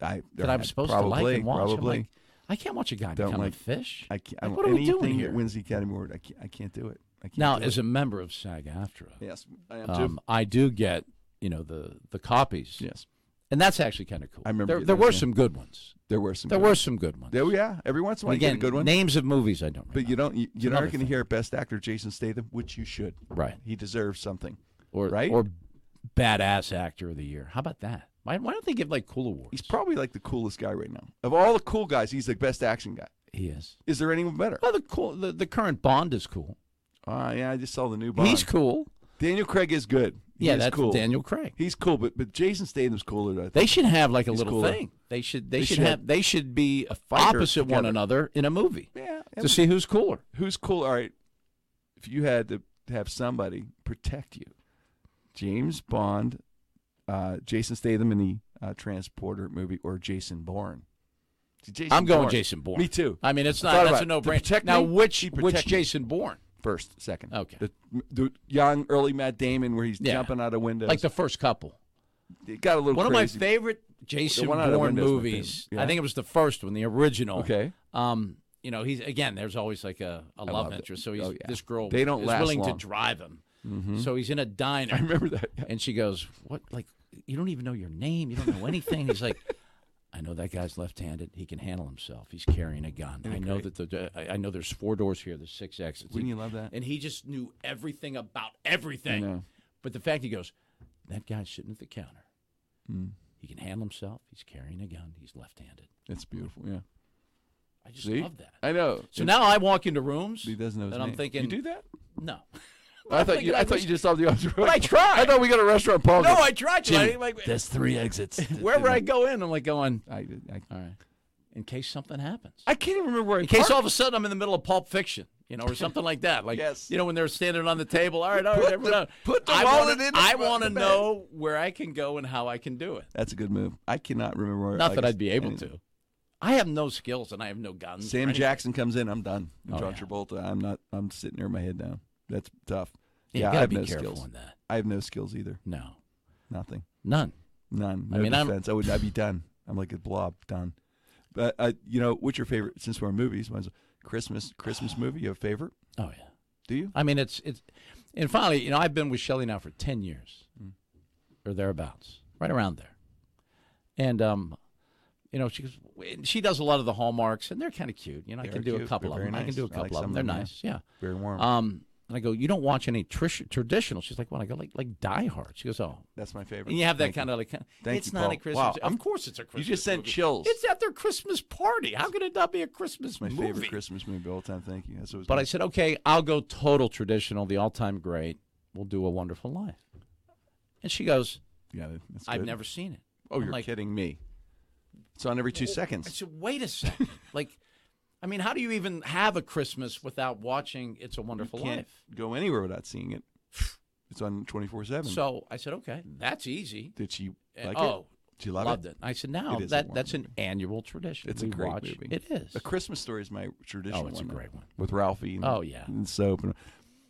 S1: I,
S2: that I was supposed
S1: probably,
S2: to like and watch? I'm
S1: Probably.
S2: like, I can't watch a guy
S1: Don't
S2: become
S1: like-
S2: a fish.
S1: I can't.
S2: Like,
S1: I
S2: what are
S1: don't,
S2: we doing
S1: anything
S2: here?
S1: that wins the Academy Award, I can't. I can't do it. I can't
S2: now,
S1: do
S2: as
S1: it.
S2: a member of SAG-AFTRA,
S1: yes, I am too.
S2: um, I do get you know the the copies,
S1: Yes,
S2: and that's actually kind of cool.
S1: I remember
S2: there,
S1: you
S2: there
S1: those,
S2: were
S1: yeah.
S2: some good ones.
S1: there were some.
S2: There
S1: good
S2: were
S1: ones.
S2: some good ones.
S1: There we are. Every once in a
S2: And
S1: while,
S2: again,
S1: you get a good one.
S2: names of movies I don't. Remember.
S1: But you don't. You, you're not
S2: another
S1: going to hear Best Actor Jason Statham, which you should.
S2: right
S1: He deserves something.
S2: or
S1: Right?
S2: or badass actor of the year. How about that? Why, why don't they give like cool awards?
S1: He's probably like the coolest guy right now. Of all the cool guys, he's the best action guy.
S2: he is.
S1: Is there anyone better?
S2: Well, the cool the, the current Bond is cool.
S1: Ah, yeah, I just saw the new Bond.
S2: He's cool.
S1: Daniel Craig is good. He
S2: yeah,
S1: is
S2: that's
S1: cool.
S2: Daniel Craig.
S1: He's cool, but but Jason Statham's cooler. I think.
S2: They should have like a
S1: He's
S2: little
S1: cooler.
S2: thing. They should they,
S1: They
S2: should,
S1: should.
S2: have they should be
S1: fighter
S2: opposite one
S1: together.
S2: another in a movie
S1: yeah.
S2: to see who's cooler.
S1: Who's cool? All right. If you had to have somebody protect you, James Bond, uh, Jason Statham in the uh, Transporter movie, or Jason Bourne. See, Jason
S2: I'm going
S1: Bourne.
S2: Jason Bourne.
S1: Me too.
S2: I mean, it's
S1: I
S2: not
S1: thought
S2: that's
S1: about
S2: a
S1: it.
S2: no
S1: To
S2: brainer.
S1: protect
S2: Now,
S1: me,
S2: which
S1: he'd
S2: which
S1: protect me.
S2: Jason Bourne?
S1: First, second.
S2: Okay.
S1: The, the young early Matt Damon where he's
S2: Yeah.
S1: jumping out of windows.
S2: Like the first couple.
S1: it got a little
S2: One of my
S1: crazy.
S2: favorite Jason
S1: one out of
S2: Bourne
S1: Windows, my
S2: movies.
S1: favorite. Yeah.
S2: I think it was the first one, the original.
S1: Okay.
S2: Um, you know, he's again. There's always like a, a love
S1: loved it.
S2: interest. So he's
S1: Oh, yeah.
S2: this girl.
S1: They don't
S2: is
S1: last
S2: willing
S1: long. Mm-hmm.
S2: to drive him. So he's in a diner.
S1: I remember that. Yeah.
S2: And she goes, "What? Like you don't even know your name? You don't know anything?" He's like, "I know that guy's left-handed. He can handle himself. He's carrying a gun. I know that the I I know there's four doors here. There's six exits.
S1: Wouldn't you love that?
S2: And he just knew everything about everything.
S1: know.
S2: But the fact he goes, "That guy's sitting at the counter.
S1: Hmm.
S2: He can handle himself. He's carrying a gun. He's left-handed."
S1: It's beautiful. Yeah.
S2: I just
S1: See?
S2: love that.
S1: I know.
S2: So now I walk into rooms
S1: he doesn't know his
S2: and I'm
S1: name.
S2: thinking,
S1: You do that?
S2: no.
S1: I thought you.
S2: thinking
S1: I,
S2: I
S1: thought
S2: was-
S1: you just saw the other.
S2: I tried.
S1: I thought we got a restaurant Paul.
S2: No,
S1: goes,
S2: I tried to. I didn't like
S3: There's three exits.
S2: wherever I go in, I'm like going,
S1: I, did- I,
S2: all right. In case something happens.
S1: I can't even remember where. I
S2: In case
S1: parked.
S2: all of a sudden I'm in the middle of Pulp Fiction, you know, or something like that. Like,
S1: Yes.
S2: you know, when they're standing on the table. All right, all right,
S1: Put
S2: everyone.
S1: the-
S2: out.
S1: put the
S2: I
S1: wallet
S2: wanna-
S1: in the
S2: I
S1: front of
S2: want to
S1: the bag.
S2: know where I can go and how I can do it.
S1: That's a good move. I cannot remember where.
S2: Not
S1: like,
S2: that I'd be able
S1: anything.
S2: to. I have no skills and I have no guns. or
S1: Sam
S2: anything.
S1: Jackson comes in. I'm done. I'm
S2: Oh,
S1: John
S2: yeah.
S1: Travolta. I'm not. I'm sitting there, with my head down. That's tough.
S2: Yeah, you
S1: I
S2: gotta
S1: have
S2: be
S1: no
S2: careful
S1: skills.
S2: in that.
S1: I have no skills either.
S2: No,
S1: Nothing.
S2: none.
S1: None.
S2: I
S1: No
S2: mean, I'm-
S1: defense. I would. I'd be done. I'm like a blob. Done. But I, you know, what's your favorite? Since we're on movies, mine's Christmas. Christmas movie. You have a favorite?
S2: Oh yeah.
S1: Do you?
S2: I mean, it's it's, and finally, you know, I've been with Shelley now for ten years,
S1: Mm.
S2: or thereabouts, right around there, and um, you know, she goes, and she does a lot of the hallmarks, and they're kind of cute. You know, I
S1: They
S2: can
S1: are
S2: do a
S1: cute.
S2: couple
S1: They're
S2: of them.
S1: very
S2: I can do a
S1: nice. I like
S2: couple of
S1: some of
S2: them.
S1: them,
S2: They're
S1: yeah.
S2: nice, yeah.
S1: Very warm.
S2: Um, and I go, you don't watch any trish- traditional? She's like, well, I go like like Die Hard. She goes, oh,
S1: That's my favorite.
S2: and you have that
S1: Thank
S2: kind of like, kinda-
S1: Thank
S2: it's
S1: you,
S2: not
S1: Paul.
S2: a Christmas.
S1: Wow,
S2: of
S1: I'm-
S2: course, it's a Christmas.
S1: just sent
S2: movie.
S1: chills.
S2: It's at their Christmas party. How could it not be a Christmas
S1: My
S2: movie?
S1: favorite Christmas movie of all time. Thank you. That's what it was
S2: But I said, okay, I'll go total traditional, the all time great. We'll do a wonderful life. And she goes,
S1: yeah, that's
S2: I've
S1: good.
S2: never seen it.
S1: Oh,
S2: I'm
S1: you're
S2: like, Oh,
S1: kidding me. It's on every two
S2: I
S1: seconds.
S2: said, wait a second. like, I mean, how do you even have a Christmas without watching It's a Wonderful
S1: Can't
S2: Life?
S1: go anywhere without seeing it. It's on twenty four seven.
S2: So I said, okay, that's easy.
S1: Did she Hmm.
S2: And-
S1: like
S2: oh,
S1: it? Did you love
S2: Loved
S1: it?
S2: it. I said, now
S1: It is a
S2: that
S1: warm
S2: that's an
S1: movie.
S2: annual tradition.
S1: It's
S2: we
S1: a great
S2: watch.
S1: movie.
S2: It is.
S1: A Christmas Hmm. Story is my traditional
S2: Oh, it's a
S1: one, though,
S2: great one.
S1: with Ralphie. And,
S2: Oh, yeah.
S1: and soap and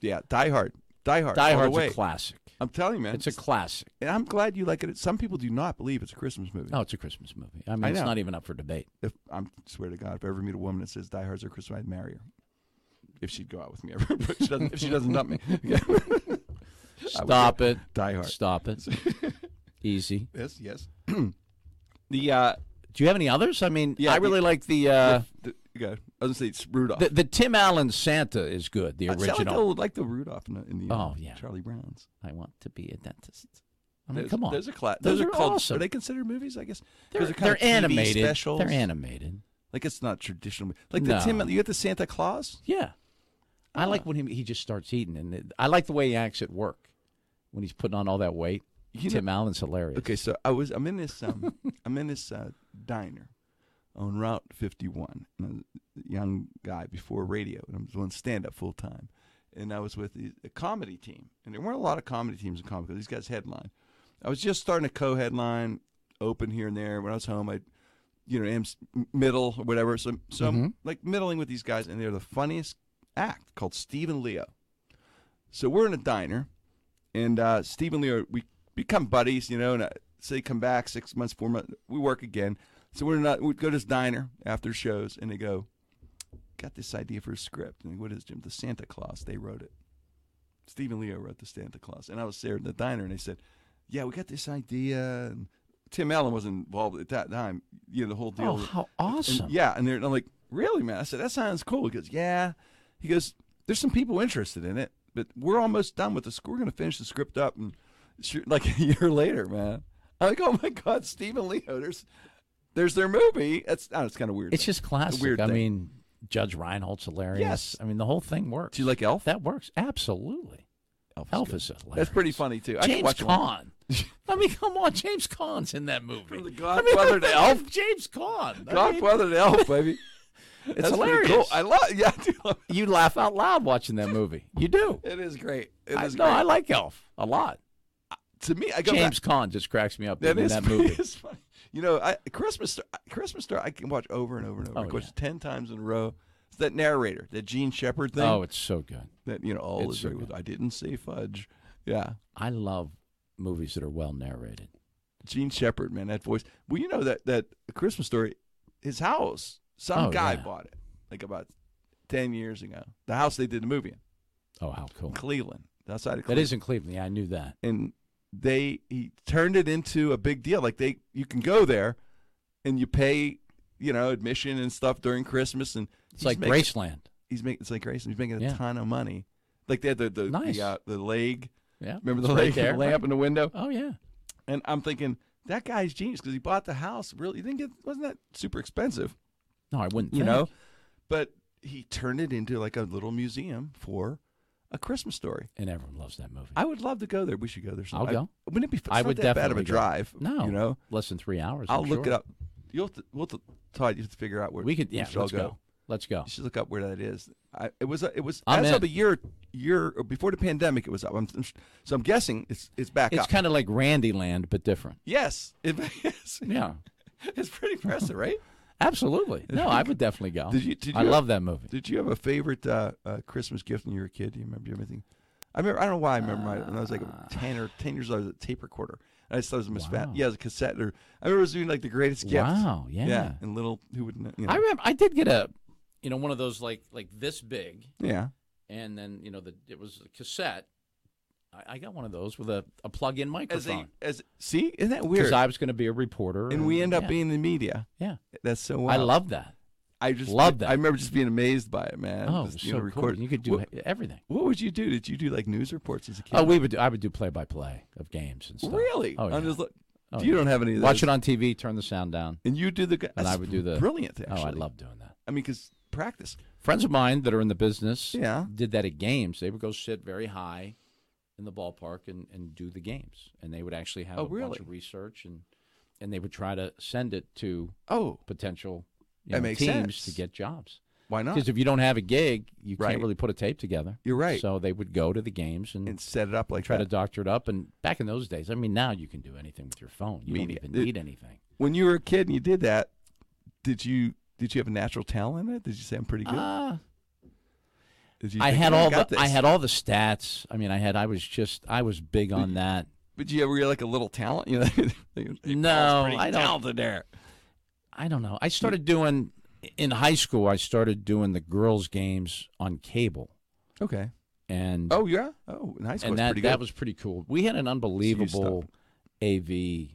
S1: yeah. Die Hard. Die Hard.
S2: Die
S1: all the
S2: Hard's
S1: way.
S2: a classic.
S1: I'm telling you, man.
S2: It's a classic.
S1: and I'm glad you like it. Some people do not believe it's a Christmas movie.
S2: No, it's a Christmas movie. I mean,
S1: I
S2: it's
S1: know.
S2: not even up for debate.
S1: If I swear to God, if I ever meet a woman that says Die Hard's her Christmas, I'd marry her. If she'd go out with me ever, but she doesn't, if she doesn't dump me,
S2: Stop it.
S1: Die Hard.
S2: Stop it. Easy.
S1: Yes, yes. the uh,
S2: Do you have any others? I mean,
S1: Yeah,
S2: I
S1: the-
S2: really like the, uh,
S1: the, yeah, I was gonna say it's Rudolph.
S2: the the Tim Allen Santa is good. The
S1: I sound Like, the
S2: original.
S1: old- like the Rudolph in the, in the uh,
S2: Oh, yeah.
S1: Charlie Brown's.
S2: I want to be a dentist. I mean,
S1: There's-
S2: come on,
S1: those are cla-
S2: Those
S1: those,
S2: are
S1: are called.
S2: awesome.
S1: Are they considered movies? I guess 'Cause
S2: they're,
S1: they're kind
S2: they're
S1: of TV
S2: animated.
S1: specials.
S2: They're animated.
S1: Like it's not traditional. Like the
S2: No.
S1: Tim, you get the Santa Claus.
S2: Yeah,
S1: Ah.
S2: I like when he he just starts eating, and it, I like the way he acts at work when he's putting on all that weight.
S1: You
S2: Tim Allen's hilarious.
S1: Okay, so I was I'm in this um I'm in this uh, diner on Route 51. And I was a young guy before radio, and I was doing stand up full time, and I was with the- a comedy team, and there weren't a lot of comedy teams in comic. Con. These guys headline. I was just starting to co-headline, open here and there. When I was home, I, you know, am middle or whatever. So so I'm like middling with these guys, and they're the funniest act called Steve and Leo. So we're in a diner and uh, Steve and Leo, we become buddies, you know. And uh, say come back six months, four months, we work again. So we're not. We go to this diner after shows, and they go, "Got this idea for a script." And what is Jim? The Santa Claus. They wrote it. Steve and Leo wrote the Santa Claus, and I was there in the diner, and they said, "Yeah, we got this idea." And Tim Allen was involved at that time. You know the whole deal.
S2: Oh, how
S1: And-
S2: awesome.
S1: yeah, and they're and I'm like, really, man. I said that sounds cool. He goes, yeah. He goes, there's some people interested in it, but we're almost done with this. We're gonna finish the script up and shoot like a year later, man. I'm like, oh my god, Stephen Leo, there's there's their movie. That's oh, it's kind of weird.
S2: It's just classic.
S1: weird
S2: I
S1: thing.
S2: mean, Judge Reinhold's hilarious.
S1: Yes.
S2: I mean, the whole thing works.
S1: Do you like Elf?
S2: That works. Absolutely.
S1: Elf,
S2: Elf is hilarious.
S1: That's pretty funny too. I can
S2: James
S1: watch one.
S2: Caan. I mean, come on. James Caan's in that movie.
S1: From The
S2: I mean,
S1: Godfather to Elf.
S2: James Caan. I mean,
S1: Godfather to Elf, baby.
S2: it's
S1: That's pretty
S2: hilarious.
S1: cool. I love. Yeah, I do love it.
S2: you laugh out loud watching that movie. You do.
S1: It is great. It is
S2: I,
S1: great.
S2: no, I like Elf a lot.
S1: to me, I go back.
S2: James Caan just cracks me up
S1: That
S2: in
S1: is
S2: that
S1: pretty-
S2: movie.
S1: it's funny. You know, I, Christmas Star- Christmas Star, I can watch over and over and over.
S2: Oh,
S1: I can watch
S2: yeah.
S1: it ten times in a row. It's that narrator, that Gene Shepherd thing.
S2: Oh, it's so good.
S1: that you know, all
S2: it's
S1: is
S2: so
S1: right with.
S2: good.
S1: I didn't say fudge. Yeah,
S2: I love movies that are well narrated.
S1: Gene Shepherd, man, that voice. Well, you know that that Christmas story, his house, some
S2: Oh,
S1: guy
S2: yeah.
S1: bought it like about ten years ago. The house they did the movie in,
S2: Oh, how cool.
S1: Cleveland, outside of
S2: That
S1: Cleveland.
S2: is in Cleveland. Yeah, I knew that.
S1: and they he turned it into a big deal. Like they you can go there and you pay, you know, admission and stuff during Christmas and
S2: It's like
S1: making,
S2: Graceland.
S1: He's making it's like Grace. He's making a
S2: Yeah.
S1: ton of money. Like they had the the
S2: Nice.
S1: the, uh, the leg.
S2: Yeah.
S1: Remember the
S2: it's right
S1: leg
S2: there.
S1: lamp in the window?
S2: Oh, yeah.
S1: And I'm thinking that guy's genius because he bought the house. Really, he didn't get wasn't that super expensive,
S2: No, I wouldn't.
S1: you
S2: think.
S1: know? But he turned it into like a little museum for a Christmas story.
S2: and everyone loves that movie.
S1: I would love to go there. We should go there. sometime.
S2: go.
S1: Wouldn't it be? It's
S2: I
S1: not
S2: would
S1: that bad of a
S2: definitely go.
S1: drive.
S2: no,
S1: you know.
S2: less than three hours.
S1: I'll
S2: I'm
S1: look
S2: sure.
S1: it up. You'll have to, we'll have to, Todd, you have to figure out where
S2: We could, yeah.
S1: should all
S2: Let's go. Let's go.
S1: You should look up where that is. I, it was it was
S2: I'm
S1: as
S2: in.
S1: of a year year before the pandemic. It was up. I'm, so I'm guessing it's it's back
S2: It's
S1: up.
S2: kind of like Randyland, but different.
S1: yes, it is.
S2: Yeah,
S1: It's pretty impressive, right?
S2: absolutely. No, I would definitely go.
S1: Did you- did
S2: I
S1: you-
S2: love that movie.
S1: Did you have a favorite uh, uh, Christmas gift when you were a kid? Do you remember anything? I remember. I don't know why I remember. my, when I was like ten or ten years old, I was a tape recorder. And I just thought it was a mis-
S2: Uh. Wow.
S1: Yeah, it was a cassette. Or, I remember it was doing like the greatest gift.
S2: Wow, yeah.
S1: Yeah, and little who would kn- you know?
S2: I remember. I did get a, you know, one of those like like this big,
S1: yeah.
S2: and then you know the it was a cassette. I, I got one of those with a, a plug-in
S1: As a
S2: microphone
S1: as see, isn't that weird?
S2: because I was going to be a reporter,
S1: and we end up
S2: yeah,
S1: being in the media.
S2: yeah.
S1: That's so. Wild.
S2: I love that.
S1: I just
S2: love that.
S1: I remember just being amazed by it, man.
S2: Oh,
S1: Just,
S2: so
S1: you know, record-
S2: cool. You could do
S1: What,
S2: everything.
S1: what would you do? Did you do like news reports as a kid?
S2: Oh, we would. Do, I would do play-by-play of games and stuff.
S1: really?
S2: Oh,
S1: I'm
S2: yeah.
S1: just like-
S2: Oh,
S1: you
S2: yeah.
S1: don't have any. Of
S2: Watch
S1: those.
S2: it on TV. Turn the sound down.
S1: And you do the. gu-
S2: and I
S1: that's
S2: would do the-
S1: brilliant. Actually,
S2: Oh, I love doing that.
S1: I mean, because practice.
S2: Friends of mine that are in the business
S1: Yeah.
S2: did that at games. They would go sit very high in the ballpark and, and do the games. And they would actually have
S1: Oh,
S2: a
S1: really?
S2: bunch of research and and they would try to send it to
S1: Oh,
S2: potential you
S1: That
S2: know,
S1: makes
S2: teams
S1: sense.
S2: to get jobs.
S1: why not?
S2: Because if you don't have a gig, you
S1: Right.
S2: can't really put a tape together.
S1: You're right.
S2: So they would go to the games and,
S1: and set it up like
S2: try to
S1: that.
S2: doctor it up. And back in those days, I mean, now you can do anything with your phone. You
S1: Media.
S2: don't even
S1: It-
S2: need anything.
S1: When you were a kid and you did that, did you did you have a natural talent in it? Did you say I'm pretty good?
S2: Ah.
S1: Did you
S2: I
S1: think,
S2: had
S1: "Oh,
S2: all the
S1: got
S2: I
S1: this"?
S2: had all the stats. I mean, I had I was just I was big on that.
S1: But you ever you like a little talent? You know, no,
S2: No, I don't-
S1: Talented there.
S2: I don't know. I started doing in high school. I started doing the girls' games on cable,
S1: Okay.
S2: and
S1: Oh yeah. Oh, in high school,
S2: and
S1: it's
S2: that
S1: pretty good.
S2: that was pretty cool. We had an unbelievable AV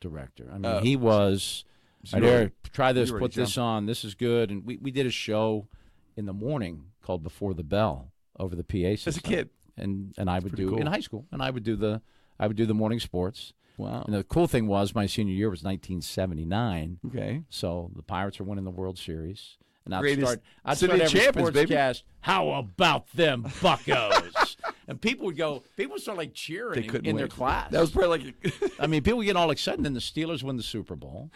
S2: director. I mean,
S1: Oh.
S2: he was.
S1: So
S2: Right
S1: you were-
S2: there, try this.
S1: you were
S2: Put this
S1: jumped.
S2: on. This is good. And we, we did a show in the morning called Before the Bell over the PA system.
S1: as a kid.
S2: and and I would
S1: pretty
S2: do in
S1: cool.
S2: high school, and I would do the I would do the morning sports.
S1: Wow.
S2: And the cool thing was my senior year was 1979,
S1: Okay.
S2: so the Pirates are winning the World Series. And I'd
S1: Greatest
S2: start, I'd
S1: city
S2: start
S1: of
S2: every
S1: champions, baby.
S2: sportscast, how about them buckos? and people would go, people would start like cheering
S1: They
S2: in-
S1: couldn't
S2: in
S1: wait.
S2: their class.
S1: That was probably like
S2: I mean, people get all excited, and the Steelers win the Super Bowl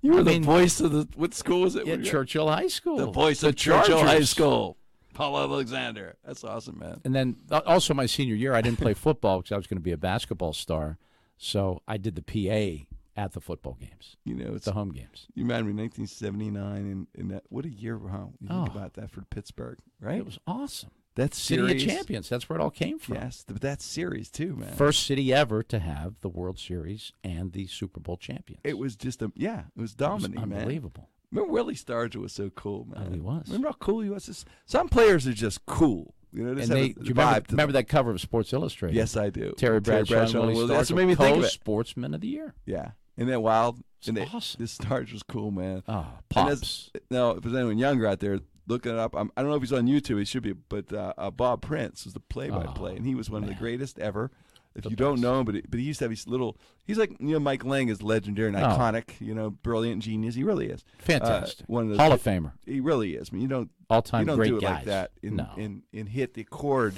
S1: you were the
S2: mean-
S1: voice of the what school was it?
S2: at Churchill High School.
S1: the voice of Churchill
S2: Chargers.
S1: High School. Paul Alexander. That's awesome, man.
S2: And then uh, also my senior year, I didn't play football because I was going to be a basketball star. So I did the PA at the football games,
S1: You know, it's
S2: the home games.
S1: you remind me 1979 and, and that what a year wow, you think
S2: Oh.
S1: about that for Pittsburgh, right?
S2: It was awesome.
S1: that
S2: City
S1: series
S2: of Champions. That's where it all came from.
S1: Yes, th- that series too, man.
S2: First city ever to have the World Series and the Super Bowl champions.
S1: it was just a yeah, it was
S2: It was
S1: dominating, man.
S2: unbelievable.
S1: Remember Willie Stargell was so cool, man.
S2: Oh, he was.
S1: Remember how cool he was? Just- Some players are just cool. You know, just
S2: And
S1: have
S2: they,
S1: a
S2: do you remember,
S1: vibe to
S2: remember
S1: them.
S2: that cover of Sports Illustrated?
S1: Yes, I do.
S2: Terry Bradshaw, and Willie
S1: Willie- That's
S2: Stargell,
S1: what made me think of it.
S2: co-sportsman of the year.
S1: Yeah, and that wild.
S2: It's
S1: And they,
S2: awesome.
S1: This Starch was cool, man.
S2: Oh,
S1: Uh, And that's-
S2: pops.
S1: Now, if there's anyone younger out there, look it up. I'm, I don't know if he's on YouTube. He should be, but uh, uh, Bob Prince was the play-by-play,
S2: Oh,
S1: and he was one of the
S2: man.
S1: greatest ever. If
S2: The
S1: you don't
S2: best.
S1: know him, but he, but he used to have these little. He's like you know Mike Lang is legendary and
S2: Oh.
S1: iconic. You know, brilliant genius. He really is.
S2: Fantastic.
S1: uh, one of those-
S2: Hall of Famer.
S1: He really is. I mean, you don't you
S2: All-time
S1: don't
S2: great
S1: do it
S2: guys.
S1: like that and,
S2: no.
S1: and and hit the chord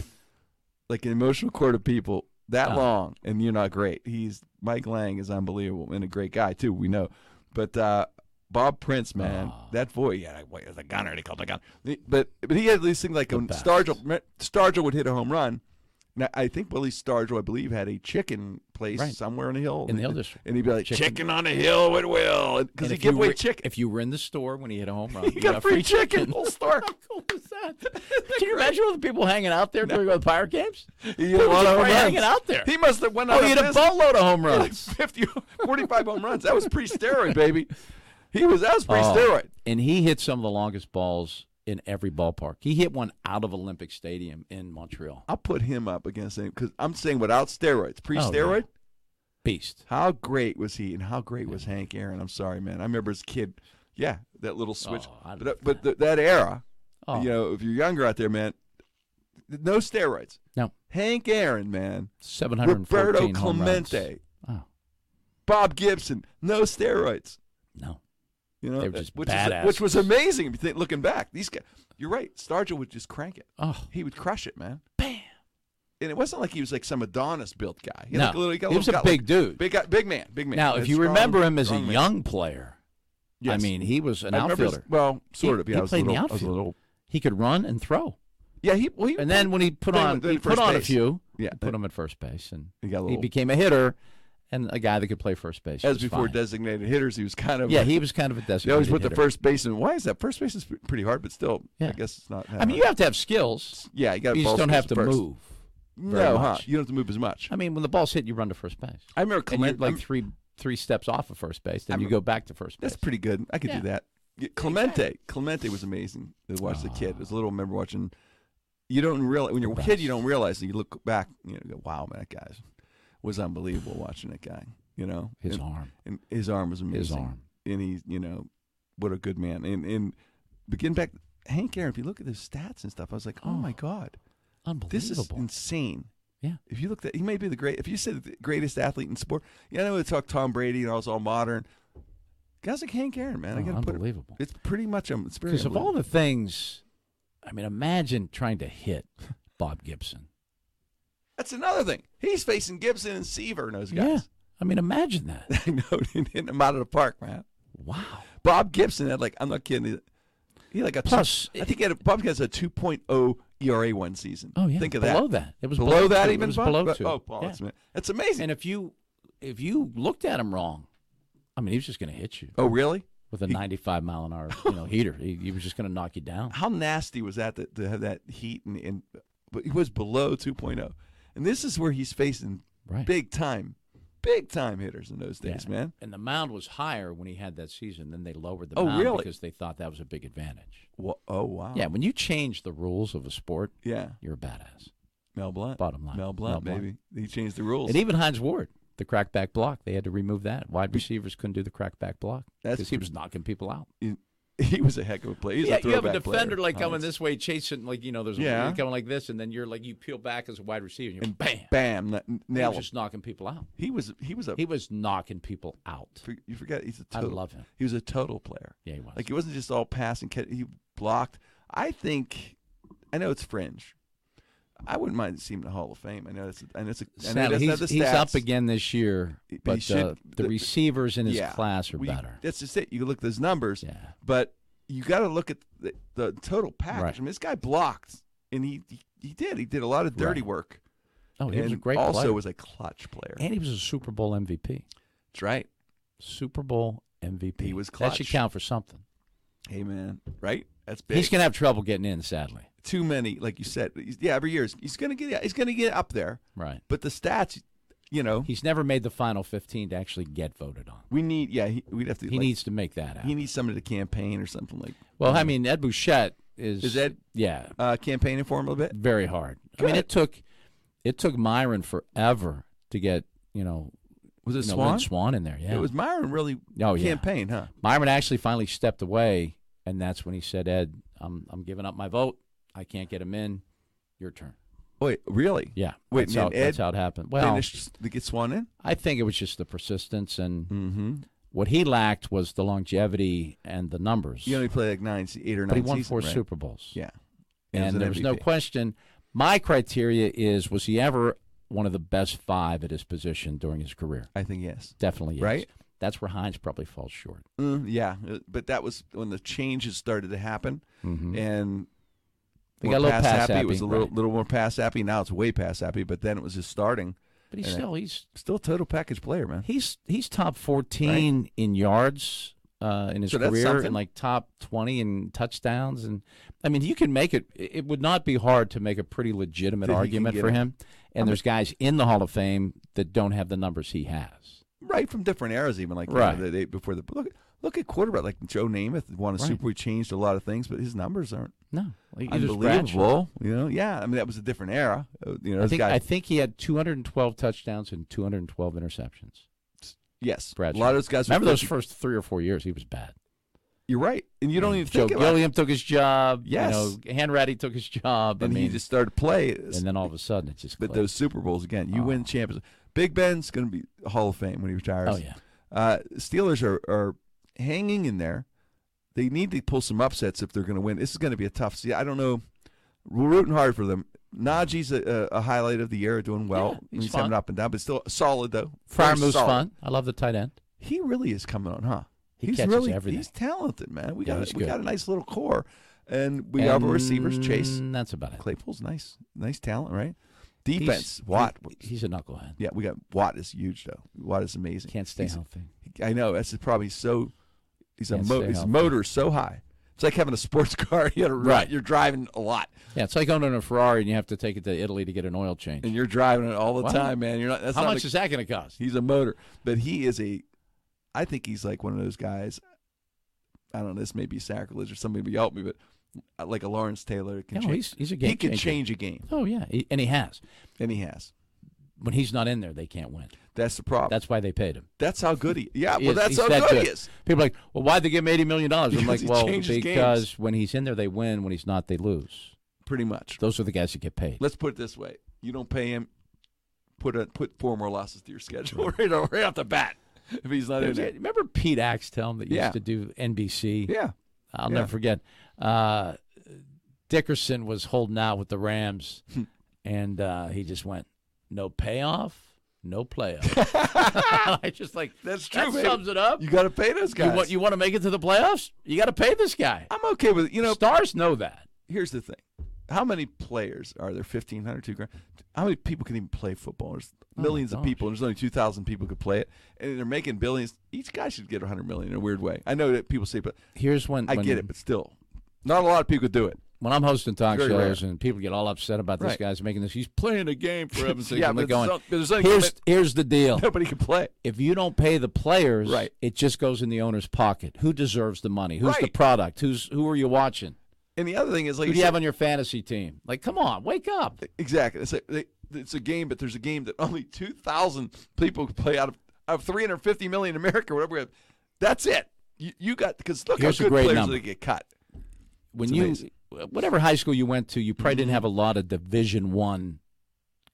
S1: like an emotional chord of people that
S2: No.
S1: long and you're not great he's mike lang is unbelievable and a great guy too we know but uh bob prince man
S2: Ah.
S1: that voice yeah that voice- the gunner they called the gunner but but he had these things like
S2: The
S1: when
S2: best.
S1: stargell stargell would hit a home run and I I think Willie Stargell, I believe, had a chicken place
S2: Right.
S1: somewhere on a hill.
S2: In the Hill District.
S1: And he'd be like, chicken,
S2: Chicken-
S1: on a hill with Will. Because
S2: And
S1: he
S2: if you
S1: gave away
S2: were-
S1: chicken.
S2: If you were in the store when he hit a home run,
S1: He got, free, chicken. Whole store.
S2: How cool is that? Can you imagine all the people hanging out there during the Pirate games?
S1: He had a
S2: People
S1: lot of
S2: just
S1: home
S2: were hanging
S1: runs.
S2: out there.
S1: He must have went out
S2: oh,
S1: of
S2: he had a
S1: business.
S2: boatload of home
S1: like
S2: runs.
S1: 50, 45 home runs. That was pre-steroid, baby. He was that was
S2: Oh,
S1: pre-steroid.
S2: And he hit some of the longest balls in every ballpark. He hit one out of Olympic Stadium in Montreal.
S1: I'll put him up against him because I'm saying without steroids,
S2: Oh,
S1: pre-steroid.
S2: Beast.
S1: How great was he, and how great was Hank Aaron? I'm sorry, man. I remember as a kid. Yeah, that little switch.
S2: Oh, I
S1: but uh,
S2: love
S1: but th- that era,
S2: Oh,
S1: you know, if you're younger out there, man, no steroids.
S2: No.
S1: Hank Aaron, man.
S2: 714
S1: Roberto
S2: home runs.
S1: Clemente,
S2: Oh,
S1: Bob Gibson, no steroids.
S2: no.
S1: You know,
S2: They were just
S1: which, is, which was
S2: badasses.
S1: amazing. if you think- Looking back, these guys. You're right. Stargell would just crank it.
S2: Oh,
S1: He would crush it, man.
S2: bam.
S1: And it wasn't like he was like some Adonis built guy. He,
S2: No.
S1: like, literally got
S2: He was
S1: little-
S2: a
S1: got,
S2: big
S1: like,
S2: dude.
S1: big guy, big man, big man.
S2: Now, if
S1: That's
S2: you
S1: strong-
S2: remember him as a
S1: strong man.
S2: young player, I
S1: Yes.
S2: mean, he was an
S1: I remember his-
S2: outfielder.
S1: well, sort of. Yeah,
S2: he
S1: I was
S2: played in
S1: a
S2: the
S1: little, I was a
S2: outfield.
S1: little-
S2: He could run and throw.
S1: yeah, he. Well, he
S2: And then when he put
S1: Then-
S2: on,
S1: then
S2: he
S1: first
S2: put on a
S1: base.
S2: few.
S1: yeah,
S2: put him at first base, and
S1: he got a
S2: he
S1: little.
S2: became a hitter and a guy that could play first base. He
S1: as
S2: was
S1: before
S2: fine.
S1: designated hitters, he was kind of.
S2: yeah, he was kind of a
S1: They always
S2: designated
S1: put the
S2: hitter.
S1: first baseman. Why is that? First base is pretty hard, but still, I
S2: Yeah.
S1: guess it's not.
S2: I mean, you have to have skills.
S1: yeah, you got.
S2: You just don't have to move. very
S1: No, huh?
S2: much.
S1: You don't have to move as much.
S2: I mean, when the ball's hit, you run to first base.
S1: I remember
S2: And you're
S1: Clemente.
S2: like three three steps off of first base, then
S1: I'm-
S2: you go back to first base.
S1: That's pretty good. I could
S2: Yeah.
S1: do that. Yeah, Clemente, Clemente was amazing. To watch the kid, as a little, I remember watching. You don't realize when you're a kid, you don't realize, and you look back, you know, you go, "Wow, man, that guy was unbelievable." Watching that guy, you know,
S2: His
S1: and,
S2: arm,
S1: and his arm was amazing.
S2: his arm.
S1: and he, you know, what a good man. And and but getting back, Hank Aaron. If you look at his stats and stuff, I was like, "Oh, my
S2: Oh.
S1: god,
S2: Unbelievable.
S1: this is insane."
S2: Yeah.
S1: If you looked at, he may be the great. If you said the greatest athlete in sport, you know, I know they talk Tom Brady and all it's all modern. Guys like Hank Aaron, man, I
S2: Oh,
S1: got to put it
S2: unbelievable.
S1: it's pretty much um, it's very
S2: Because of all the things, I mean, imagine trying to hit Bob Gibson.
S1: That's another thing. He's facing Gibson and Seaver and those
S2: Yeah.
S1: guys.
S2: I mean, imagine that.
S1: I know they hitting him out of the park, man.
S2: Wow.
S1: Bob Gibson had like I'm not kidding. He had like a two-
S2: Plus-
S1: I think he had a, Bob has a 2.0 ERA E one season.
S2: Oh yeah.
S1: think of
S2: below
S1: that.
S2: that. It was
S1: below, that
S2: two.
S1: even
S2: It was
S1: Bob?
S2: below
S1: But-
S2: two.
S1: Oh, Paul,
S2: Yeah.
S1: that's, that's amazing.
S2: And if you if you looked at him wrong, I mean, he was just going to hit you
S1: oh, really?
S2: with a 95 mile an hour you know heater. He, he was just going to knock you down.
S1: How nasty was that to, to have that heat and, and but he was below 2.0, and this is where he's facing
S2: Right.
S1: big time, big time hitters in those
S2: Yeah.
S1: days, man.
S2: And the mound was higher when he had that season. Then they lowered the
S1: Oh,
S2: mound
S1: really?
S2: because they thought that was a big advantage.
S1: Wha- oh wow.
S2: Yeah. When you change the rules of a sport,
S1: Yeah.
S2: you're a badass.
S1: Mel Blunt.
S2: Bottom line,
S1: Mel Blunt,
S2: Mel Blunt.
S1: baby. He changed the rules.
S2: And even Heinz Ward, the crackback block, they had to remove that. Wide receivers couldn't do the crackback block
S1: That's
S2: because he was knocking people out.
S1: He was a heck of a player. He's
S2: yeah,
S1: a
S2: you have a
S1: throwback player,
S2: defender like coming
S1: Hines.
S2: this way, chasing like you know, there's
S1: Yeah.
S2: a coming like this, and then you're like you peel back as a wide receiver, and, you're,
S1: and
S2: bam,
S1: bam, bam, n-
S2: he
S1: nail
S2: was
S1: him.
S2: just knocking people out.
S1: He was he was a
S2: He was knocking people out.
S1: for- you forget he's a
S2: I
S1: total.
S2: love him.
S1: He was a total player.
S2: Yeah, he was.
S1: Like he wasn't just all pass and catch. He blocked. I think I know it's fringe. I wouldn't mind seeing him in the Hall of Fame. I know that's I know it's a, I know
S2: Sadly,
S1: that's
S2: he's,
S1: not the
S2: he's
S1: stats.
S2: up again this year,
S1: He- he
S2: but uh,
S1: should-
S2: the,
S1: the-
S2: receivers in his
S1: Yeah.
S2: class are
S1: Well, you-
S2: better.
S1: that's just it. You look at those numbers,
S2: Yeah.
S1: but you got to look at the, the total package.
S2: Right.
S1: I mean, this guy blocked, and he he, he did. He did a lot of dirty
S2: Right.
S1: work.
S2: Oh, he
S1: and
S2: was a great
S1: also
S2: player.
S1: was a clutch player.
S2: and he was a Super Bowl MVP.
S1: that's right.
S2: Super Bowl MVP.
S1: He was
S2: That should
S1: clutch.
S2: count for something.
S1: Hey man, right? That's big.
S2: He's going to have trouble getting in, sadly.
S1: Too many, like you said. He's- yeah, every year he's- he's gonna get he's gonna get up there.
S2: Right.
S1: But the stats, you know,
S2: He's never made the final 15 to actually get voted on.
S1: we need. Yeah, he, we'd have to.
S2: He
S1: like,
S2: needs to make that
S1: He
S2: happen.
S1: needs somebody to campaign or something like
S2: Well, I mean, Ed Bouchette is
S1: Is Ed-
S2: yeah,
S1: uh, campaigning for him a little bit.
S2: very hard. I mean,
S1: Good.
S2: it took it took Myron forever to get you know
S1: Was it
S2: you know,
S1: Swan?
S2: Lynn Swan in there. Yeah,
S1: It was Myron really
S2: Oh, yeah.
S1: campaigned, huh?
S2: Myron actually finally stepped away, and that's when he said, "Ed, I'm I'm giving up my vote. I can't get him in. Your turn."
S1: Wait, really?
S2: Yeah,
S1: Wait,
S2: that's,
S1: and
S2: how,
S1: Ed
S2: that's how it happened. Well,
S1: Finished to get Swan in.
S2: I think it was just the persistence, and
S1: Mm-hmm.
S2: what he lacked was the longevity and the numbers.
S1: You only play like nine, se- eight or nine.
S2: but he won
S1: seasons,
S2: four
S1: right?
S2: Super Bowls.
S1: Yeah,
S2: and
S1: an
S2: there was no
S1: MVP.
S2: question. My criteria is: was he ever one of the best five at his position during his career?
S1: I think yes.
S2: Definitely, yes.
S1: Right?
S2: That's where Hines probably falls short.
S1: Mm, yeah, uh, but that was when the changes started to happen, Mm-hmm. and
S2: Mm-hmm. They
S1: more
S2: got a little
S1: pass
S2: pass
S1: happy. It was a
S2: happy,
S1: little,
S2: right.
S1: little more pass happy. Now it's way pass happy. But then it was just starting.
S2: But he's
S1: And uh, I-
S2: still he's
S1: Still a total package player, man.
S2: he's he's top fourteen in yards uh, in his
S1: So that's
S2: career,
S1: something.
S2: and like top twenty in touchdowns. And I mean, you can make it. It would not be hard to make a pretty legitimate
S1: That he can
S2: argument
S1: get
S2: for
S1: it.
S2: him. And
S1: I'm
S2: there's guys in the Hall of Fame that don't have the numbers he has.
S1: Right from different eras, even like you
S2: Right.
S1: know, they, they, before the look. Look at quarterback like Joe Namath won a
S2: Right.
S1: Super Bowl. He changed a lot of things, but his numbers aren't
S2: No, Like, either scratch or-
S1: unbelievable. You know, yeah. I mean, that was a different era. Uh, You know,
S2: I
S1: this
S2: think,
S1: guy.
S2: I think he had 212 touchdowns and 212 interceptions.
S1: yes,
S2: Bradshaw.
S1: a lot of those guys. were
S2: Remember those
S1: 50
S2: first three or four years? He was bad.
S1: You're right, and you don't
S2: And
S1: even
S2: Joe
S1: think about. it.
S2: Gilliam took his job.
S1: Yes.
S2: You know, Hanratty took his job. I
S1: And he
S2: mean,
S1: just started to play.
S2: and Oh. then all of a sudden it just
S1: But
S2: clicked.
S1: those Super Bowls again, you win champions. Big Ben's going to be Hall of Fame when he retires.
S2: Oh, yeah.
S1: Uh, Steelers are, are hanging in there. They need to pull some upsets if they're going to win. This is going to be a tough season. I don't know. We're rooting hard for them. Najee's a, a a highlight of the year, doing well.
S2: Yeah,
S1: I mean,
S2: he's
S1: he's having
S2: fun.
S1: up and down, but still solid though.
S2: Fryer
S1: Very
S2: moves
S1: solid.
S2: fun. I love the tight end.
S1: He really is coming on, huh?
S2: He
S1: he's
S2: catches
S1: really
S2: everything.
S1: he's talented, man. We
S2: Yeah,
S1: got
S2: he's
S1: we
S2: good.
S1: got a nice little core, and we have our receivers. Chase
S2: And That's about it.
S1: Claypool's nice, nice talent, right?
S2: Mm. He's-
S1: Defense, Watt.
S2: he- he's a knucklehead.
S1: Yeah, we got Watt is huge though. Watt is amazing.
S2: Can't stay
S1: He's-
S2: healthy.
S1: I know that's probably so. He's a
S2: Can't
S1: mo-
S2: stay
S1: his
S2: healthy.
S1: motor is so high. It's like having a sports car. You gotta run.
S2: Right.
S1: You're driving a lot,
S2: Yeah, it's like owning a Ferrari and you have to take it to Italy to get an oil change.
S1: and you're driving it all the
S2: Wow.
S1: time, man. You're not. That's
S2: How
S1: not
S2: much
S1: a-
S2: is that going to cost?
S1: he's a motor, but he is a. I think he's like one of those guys. I don't know. This may be sacrilege or somebody will help me, but uh, like a Lawrence Taylor can
S2: No,
S1: change.
S2: he's, he's a game
S1: he can
S2: changer.
S1: change a game,
S2: Oh, yeah. He, and he has.
S1: and he has.
S2: When he's not in there, they can't win.
S1: That's the problem. That's,
S2: That's why they paid him.
S1: how good he. Yeah,
S2: He
S1: well,
S2: is-
S1: that's
S2: he's
S1: how
S2: that
S1: good,
S2: good.
S1: he is.
S2: People are like, well, why'd they give him eighty million dollars? I'm
S1: Because
S2: like,
S1: he
S2: well,
S1: changes games.
S2: because when he's in there, they win. When he's not, they lose.
S1: Pretty much.
S2: Those are the guys that get paid.
S1: let's put it this way: you don't pay him, put a, put four more losses to your schedule right, off- right off the bat if he's not in
S2: There's-
S1: there.
S2: Remember Pete Axthelm that used
S1: Yeah.
S2: to do NBC?
S1: Yeah,
S2: I'll
S1: yeah.
S2: never forget. Uh, Dickerson was holding out with the Rams,
S1: Hmm.
S2: and uh, he just went, "No payoff, no playoff." I just like
S1: that's true.
S2: that
S1: baby.
S2: sums it up.
S1: You got to pay those
S2: You
S1: guys.
S2: want you want to make it to the playoffs? You got to pay this guy.
S1: I'm okay with it. you know.
S2: Stars know that.
S1: Here's the thing: how many players are there? 1,500, two grand. How many people can even play football? There's
S2: Oh,
S1: millions of
S2: gosh.
S1: people, and there's only two thousand people could play it, and they're making billions. Each guy should get hundred million in a weird way. I know that people say, but
S2: Here's when
S1: I
S2: when-
S1: get it. But still, not a lot of people could do it.
S2: when I'm hosting talk
S1: Very
S2: shows and people get all upset about this
S1: Right.
S2: guy's making this, he's playing a game for heaven's sake.
S1: Yeah,
S2: I'm
S1: but
S2: going,
S1: there's no- there's no
S2: here's,
S1: commitment."
S2: here's the deal.
S1: Nobody can play.
S2: If you don't pay the players,
S1: Right.
S2: it just goes in the owner's pocket. Who deserves the money? Who's the
S1: Right.
S2: product? Who's Who are you watching?
S1: And the other thing is, like,
S2: Who do
S1: you
S2: you
S1: said-
S2: have on your fantasy team? Like, come on, wake up.
S1: Exactly. It's a, they, it's a game, but there's a game that only 2,000 people can play out of, out of 350 million in America or whatever. we have. That's it. You, you got because look
S2: Here's
S1: how
S2: a
S1: good
S2: great
S1: players
S2: number.
S1: that get cut.
S2: When
S1: It's
S2: you,
S1: amazing. Mm-hmm.
S2: whatever high school you went to, you probably didn't have a lot of Division One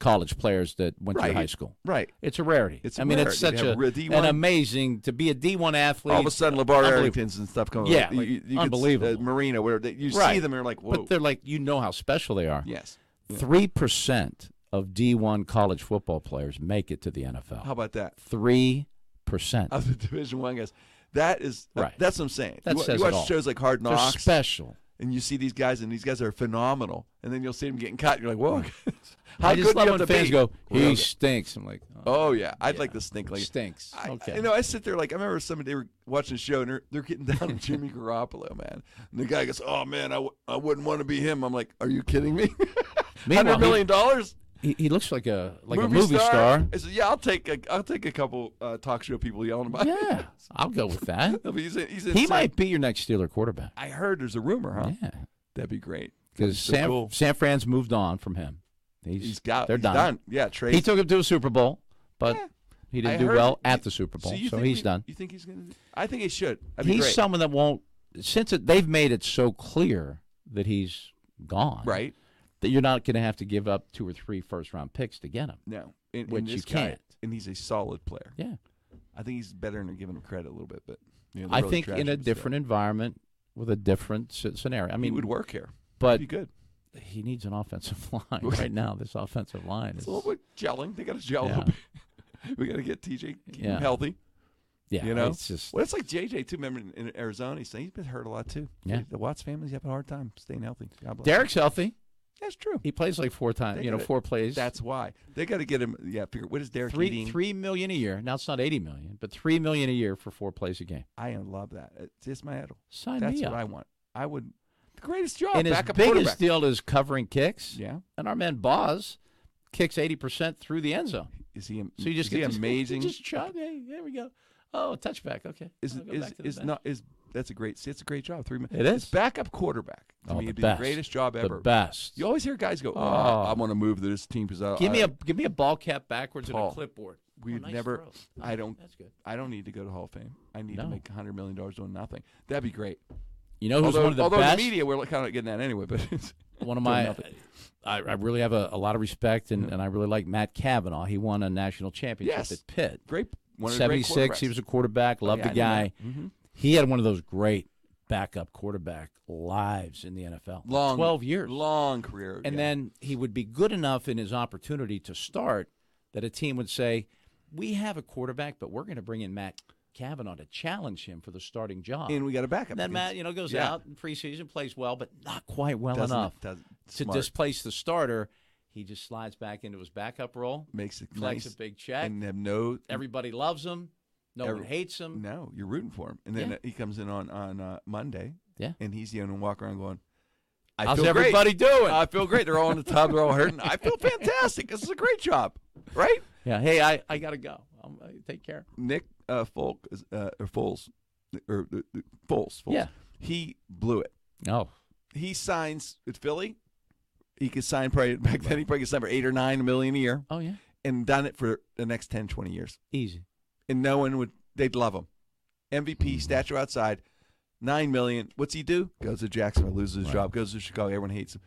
S2: college players that went
S1: Right.
S2: to high school.
S1: Right.
S2: It's a rarity.
S1: It's a
S2: I mean,
S1: rarity
S2: it's
S1: to
S2: such
S1: have
S2: a,
S1: a real D1.
S2: an amazing to be a D one athlete.
S1: All of a sudden, LeVar
S2: Unbelievable.
S1: Arrington's and stuff coming.
S2: Yeah,
S1: you-
S2: like,
S1: you- you could s- uh,
S2: unbelievable.
S1: Marino, where they, you see
S2: Right.
S1: them, and you're like, whoa.
S2: but they're like you know how special they are.
S1: yes.
S2: Three percent of D one college football players make it to the
S1: How
S2: NFL.
S1: about that?
S2: Three percent.
S1: Of the Division One guys, that is
S2: Right.
S1: That's what I'm saying.
S2: That
S1: you, wa-
S2: says
S1: you
S2: it
S1: watch
S2: all.
S1: shows like Hard
S2: They're
S1: Knocks,
S2: special.
S1: and you see these guys, and these guys are phenomenal, and then you'll see them getting caught. And you're like, whoa. how
S2: I just
S1: good
S2: love
S1: you have
S2: when
S1: to
S2: fans
S1: be?
S2: go, he
S1: Well,
S2: stinks. I'm like, oh,
S1: Oh yeah, I'd like to stink like
S2: stinks.
S1: I,
S2: okay.
S1: You know, I sit there like I remember somebody were watching a show and they're, they're getting down on Jimmy Garoppolo, man. And the guy goes, "Oh man, I, w- I wouldn't want to be him." I'm like, "Are you kidding me?
S2: Meanwhile,
S1: Hundred
S2: he-
S1: million dollars?
S2: he, he looks like a like a movie star.
S1: I said, "Yeah, I'll take a, I'll take a couple uh, talk show people yelling about it."
S2: yeah, I'll go with that.
S1: But he's, he's
S2: he
S1: insane.
S2: might be your next Steeler quarterback.
S1: I heard there's a rumor, huh?
S2: Yeah,
S1: That'd be great.
S2: because
S1: So
S2: San,
S1: cool.
S2: San Fran's moved on from him. He's,
S1: he's got
S2: They're
S1: he's
S2: done.
S1: Yeah, trade.
S2: He took him to a Super Bowl, but
S1: Yeah.
S2: he didn't
S1: I
S2: do
S1: heard-
S2: well at the Super Bowl,
S1: you
S2: so
S1: think
S2: he's
S1: he-
S2: done.
S1: You think he's gonna? I think he should. That'd be
S2: He's
S1: great.
S2: someone that won't. Since it, they've made it so clear that he's gone,
S1: right.
S2: That you're not going to have to give up two or three first round picks to get him.
S1: No, and, and
S2: Which you
S1: this guy-
S2: can't.
S1: And he's a solid player.
S2: Yeah.
S1: I think he's better than giving him credit a little bit, but you know, they're
S2: I
S1: really
S2: think
S1: trash
S2: in a
S1: him, so
S2: different environment with a different sce- scenario. I
S1: he
S2: mean,
S1: would work here.
S2: but
S1: He'd be good.
S2: he needs an offensive line right now. This offensive line
S1: It's
S2: is
S1: a little bit gelling. They got to gel. a little bit. we got to get TJ keep him
S2: Yeah.
S1: healthy.
S2: yeah,
S1: you know?
S2: it's just
S1: Well, it's like JJ too. Remember in, in Arizona, he's, he's been hurt a lot too.
S2: Yeah.
S1: the Watts family's having a hard time staying healthy. God bless.
S2: Derek's healthy.
S1: That's true.
S2: He plays like four times,
S1: They
S2: you know,
S1: gotta-
S2: four plays.
S1: That's why they got to get him. Yeah, figure what is Derek
S2: three
S1: eating?
S2: three million a year. Now it's not eighty million, but three million a year for four plays a game.
S1: I love that. It's just my idol.
S2: Sign
S1: That's
S2: me
S1: what
S2: up.
S1: I want. I would. The greatest job.
S2: and his
S1: backup quarterback.
S2: biggest deal is covering kicks.
S1: yeah.
S2: And our man Boz kicks eighty percent through the end zone.
S1: Is he? am-
S2: So you just
S1: is
S2: get
S1: he
S2: this-
S1: amazing?
S2: Just shot. Hey, there we go. Oh, touchback. Okay.
S1: is
S2: I'll go
S1: is
S2: back to the
S1: is
S2: bench.
S1: not is that's a great see, it's a great job. Three minutes.
S2: It is.
S1: backup quarterback. To
S2: Oh,
S1: me,
S2: the
S1: it'd be
S2: best.
S1: the greatest job
S2: the
S1: ever.
S2: best.
S1: You always hear guys go, "Oh,
S2: Oh.
S1: I want to move to this team because I
S2: Give
S1: I,
S2: me a give me a ball cap backwards and
S1: Paul,
S2: a clipboard.
S1: we'd
S2: Oh, nice
S1: never-
S2: throw.
S1: I don't
S2: That's good.
S1: I don't need to go to Hall of Fame. I need to
S2: No.
S1: make hundred million dollars doing nothing. That'd be great.
S2: You know who's
S1: although
S2: one of the
S1: although
S2: best?
S1: in the media we're kind of getting that anyway. But it's,
S2: one of
S1: doing
S2: my,
S1: nothing.
S2: I, I really have a, a lot of respect, and, and I really like Matt Kavanaugh. He won a national championship
S1: Yes.
S2: at Pitt.
S1: great. One of the great
S2: Seventy six. He
S1: quarterbacks.
S2: was a quarterback. Loved
S1: yeah,
S2: the
S1: I
S2: guy.
S1: know that. Mhm.
S2: He had one of those great backup quarterback lives in the NFL.
S1: long
S2: twelve years,
S1: long career.
S2: and
S1: yeah.
S2: then he would be good enough in his opportunity to start that a team would say, "We have a quarterback, but we're going to bring in Matt Kavanaugh to challenge him for the starting job."
S1: and we got a backup.
S2: And then
S1: because
S2: Matt, you know, goes
S1: yeah.
S2: out in preseason, plays well, but not quite well
S1: doesn't-
S2: enough
S1: doesn't-
S2: to
S1: smart.
S2: displace the starter. He just slides back into his backup role,
S1: makes it
S2: collects
S1: nice
S2: a big check.
S1: and have no
S2: Everybody loves him. No
S1: Every-
S2: one hates him.
S1: No, you're rooting for him. And then
S2: Yeah.
S1: uh, he comes in on on uh, Monday.
S2: Yeah.
S1: And he's yelling and walk around going, I
S2: How's
S1: feel
S2: everybody
S1: great. Uh,
S2: doing?
S1: I feel great. They're all on the top. They're all hurting. I feel fantastic. This is a great job, right?
S2: yeah. Hey, I, I gotta go. Um, uh, take care.
S1: Nick uh, Folk is- uh, or Foles or uh, uh, Foles, Foles.
S2: Yeah.
S1: He blew it.
S2: No.
S1: He signs with Philly. He could sign probably back then. He probably could sign for eight or nine million a year,
S2: Oh yeah.
S1: and done it for the next 10, 20 years.
S2: Easy.
S1: and no one would they'd love him. MVP statue outside, nine million. What's he do? Goes to Jacksonville, loses his job, goes to Chicago, everyone hates him.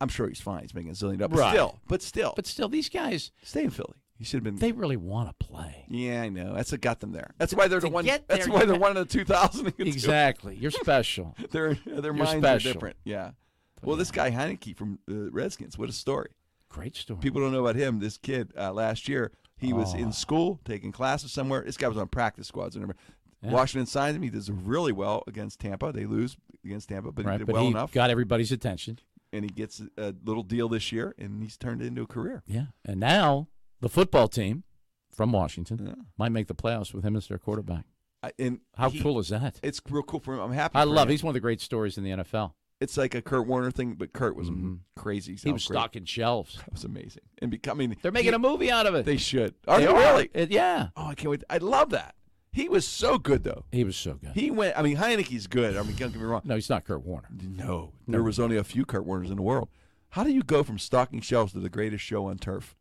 S1: I'm sure he's fine. He's making a zillion dollars. But
S2: Right.
S1: still, but still,
S2: But still, these guys
S1: stay in Philly. He should have been.
S2: they really want to play.
S1: yeah, I know. That's what got them there. That's why they're the
S2: to
S1: one.
S2: get
S1: that's
S2: there,
S1: why
S2: you
S1: they're
S2: ha-
S1: one of the two thousand.
S2: Exactly. You're special.
S1: Their their minds
S2: special.
S1: are different. Yeah. Well, this guy Heineke from the Redskins. What a story.
S2: Great story.
S1: People don't know about him. This kid uh, last year, he was in school taking classes somewhere. This guy was on practice squads. I remember Washington signed him. He does really well against Tampa. They lose against Tampa, but he
S2: right,
S1: did
S2: but
S1: well
S2: he
S1: enough,
S2: got everybody's attention.
S1: and he gets a little deal this year, and he's turned it into a career.
S2: Yeah. And now the football team from Washington
S1: Yeah.
S2: might make the playoffs with him as their quarterback.
S1: I, and
S2: How
S1: he-
S2: cool is that?
S1: It's real cool for him. I'm happy.
S2: I
S1: for
S2: love.
S1: him.
S2: He's one of the great stories in the NFL.
S1: It's like a Kurt Warner thing, but Kurt was
S2: Mhm.
S1: crazy.
S2: He was
S1: How Oh, great-
S2: stocking shelves.
S1: That was amazing, and becoming.
S2: They're making
S1: he,
S2: a movie out of it.
S1: They should. Are
S2: They
S1: you
S2: are.
S1: really?
S2: It- yeah.
S1: Oh, I can't wait. I love that. He was so good though.
S2: He was so good.
S1: He went. I mean, Heineke's good. I mean, don't get me wrong.
S2: no, he's not Kurt Warner.
S1: No, there was only a few Kurt Warners in the world. How do you go from stocking shelves to the greatest show on turf?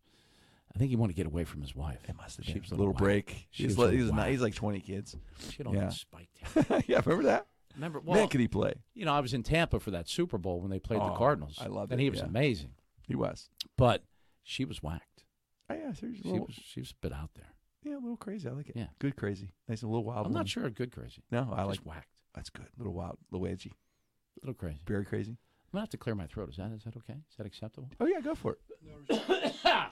S2: I think he wanted to get away from his wife.
S1: It must have
S2: She
S1: been
S2: was
S1: a little
S2: wild.
S1: break.
S2: She
S1: He's,
S2: was a
S1: li- he's,
S2: little
S1: not,
S2: wild.
S1: he's like 20 kids.
S2: She had all
S1: Yeah.
S2: that spike tape.
S1: yeah, remember that?
S2: Remember,
S1: Man,
S2: well,
S1: could he play?
S2: you know, I was in Tampa for that Super Bowl when they played the
S1: Oh,
S2: Cardinals.
S1: I loved
S2: And
S1: it,
S2: he was
S1: yeah.
S2: amazing.
S1: He was.
S2: But She was whacked.
S1: Oh, yeah, seriously.
S2: She
S1: a little-
S2: was she was a bit out there.
S1: yeah, a little crazy. I like it.
S2: Yeah.
S1: Good crazy. Nice and little wild. one.
S2: I'm not sure. Good crazy.
S1: No, I
S2: Just
S1: like
S2: whacked.
S1: that's good. little wild, little edgy,
S2: A little crazy. I'm
S1: very crazy.
S2: gonna have to clear my throat. Is that is that okay? Is that acceptable?
S1: Oh yeah, go for it.
S2: No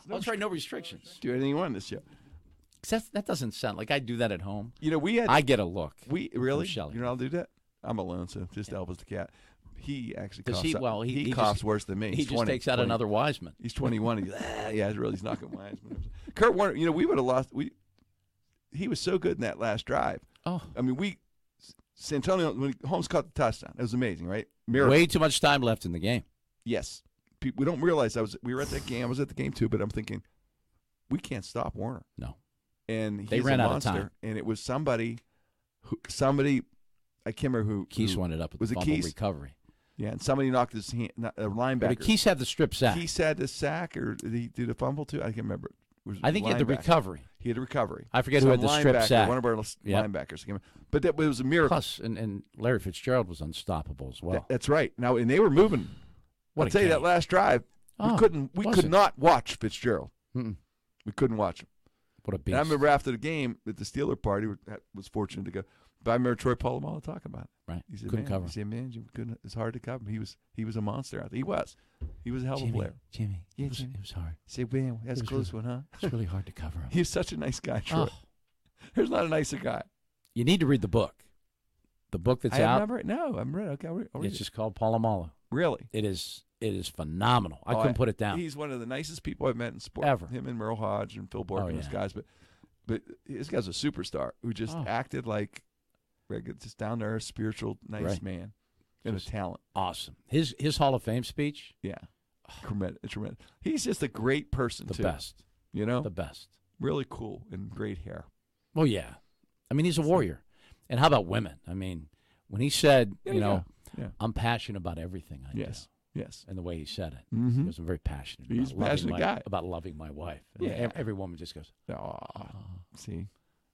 S2: That's right. No restrictions.
S1: Do anything you want in this show.
S2: 'Cause That's, that doesn't sound like I do that at home.
S1: You know, we had
S2: I get a look.
S1: we really.
S2: Shelley.
S1: You know, I'll do that. I'm alone, so just Elvis the cat. He actually
S2: Does
S1: coughs.
S2: he-
S1: up-
S2: well, he-
S1: he,
S2: he just-
S1: coughs worse than me.
S2: he
S1: He's
S2: just
S1: 20,
S2: takes out
S1: 20.
S2: another Wiseman.
S1: He's 21. and He's ah, yeah, he's really he's knocking my ass. Kurt Warner. You know, we would have lost. We he was so good in that last drive.
S2: Oh,
S1: I mean, we Santonio when Holmes caught the touchdown. It was amazing, right? Miracle.
S2: way too much time left in the game.
S1: Yes. Pe- We don't realize I was we were at that game. I was at the game too, but I'm thinking we can't stop Warner.
S2: No.
S1: And he's
S2: They ran
S1: a
S2: out of
S1: monster.
S2: time.
S1: And it was somebody who somebody I can't remember who.
S2: Keese
S1: who-
S2: wound it up with
S1: Was
S2: the
S1: it
S2: fumble
S1: Keese?
S2: recovery.
S1: Yeah, and somebody knocked his hand, not- a linebacker.
S2: Did Keese have the strip sack?
S1: Keese had the sack or did he do the fumble too? I can't remember. It was
S2: I think he had the
S1: linebacker.
S2: recovery.
S1: He had a recovery.
S2: I forget who had
S1: Some
S2: the strip
S1: linebacker,
S2: sack.
S1: One of our l-
S2: Yep.
S1: linebackers. came in. But that but it was a miracle.
S2: Plus, and, and Larry Fitzgerald was unstoppable as well.
S1: That- that's right. Now and they were moving.
S2: What
S1: I'll
S2: a
S1: tell you that
S2: game.
S1: last drive.
S2: Oh,
S1: we couldn't. We
S2: was
S1: could
S2: it?
S1: not watch Fitzgerald.
S2: Mm-mm.
S1: We couldn't watch him.
S2: What a
S1: And
S2: beast!
S1: I remember after the game at the Steeler party, we- I was fortunate to go. But I remember Troy Polamalu talking about it.
S2: right?
S1: He said,
S2: Couldn't
S1: man,
S2: cover.
S1: He said, man, you couldn't, it's hard to cover him. He was he was a monster. out there. He was. He was a hell of a
S2: Jimmy,
S1: player.
S2: Jimmy,
S1: Yeah,
S2: it, was,
S1: Jimmy.
S2: it was hard.
S1: He said, man, that's a
S2: was
S1: close one, huh?
S2: It's really hard to cover him.
S1: He was such a nice guy, Troy.
S2: Oh,
S1: There's not a nicer guy.
S2: you need to read the book. The book that's
S1: I oh,
S2: out.
S1: remember it. No, I'm read. Okay, I'll read, I'll read
S2: It's
S1: it.
S2: just called Palomalo.
S1: really.
S2: It is. It is phenomenal. I
S1: Oh,
S2: couldn't put it down.
S1: He's one of the nicest people I've met in sport.
S2: Ever.
S1: Him and Merle Hodge and Phil Bork
S2: Oh,
S1: and those
S2: yeah.
S1: guys. But but this guy's a superstar who just
S2: Oh.
S1: acted like regular, just down to earth, spiritual, nice
S2: Right.
S1: man. And
S2: Just-
S1: a talent.
S2: awesome. His his Hall of Fame speech,
S1: Yeah. Tremendous, tremendous. He's just a great person,
S2: the
S1: too. Oh.
S2: best,
S1: You know?
S2: the best.
S1: really cool and great hair.
S2: Well, yeah. I mean, he's a warrior. And how about women? I mean, when he said,
S1: Yeah,
S2: you know,
S1: yeah, yeah.
S2: I'm passionate about everything I
S1: Yes. Yes.
S2: do, and the way he said it,
S1: Mm-hmm.
S2: because I'm very passionate.
S1: He's
S2: about
S1: a
S2: loving
S1: passionate
S2: my-
S1: guy.
S2: about loving my wife. And
S1: Yeah.
S2: ev- every woman just goes
S1: see,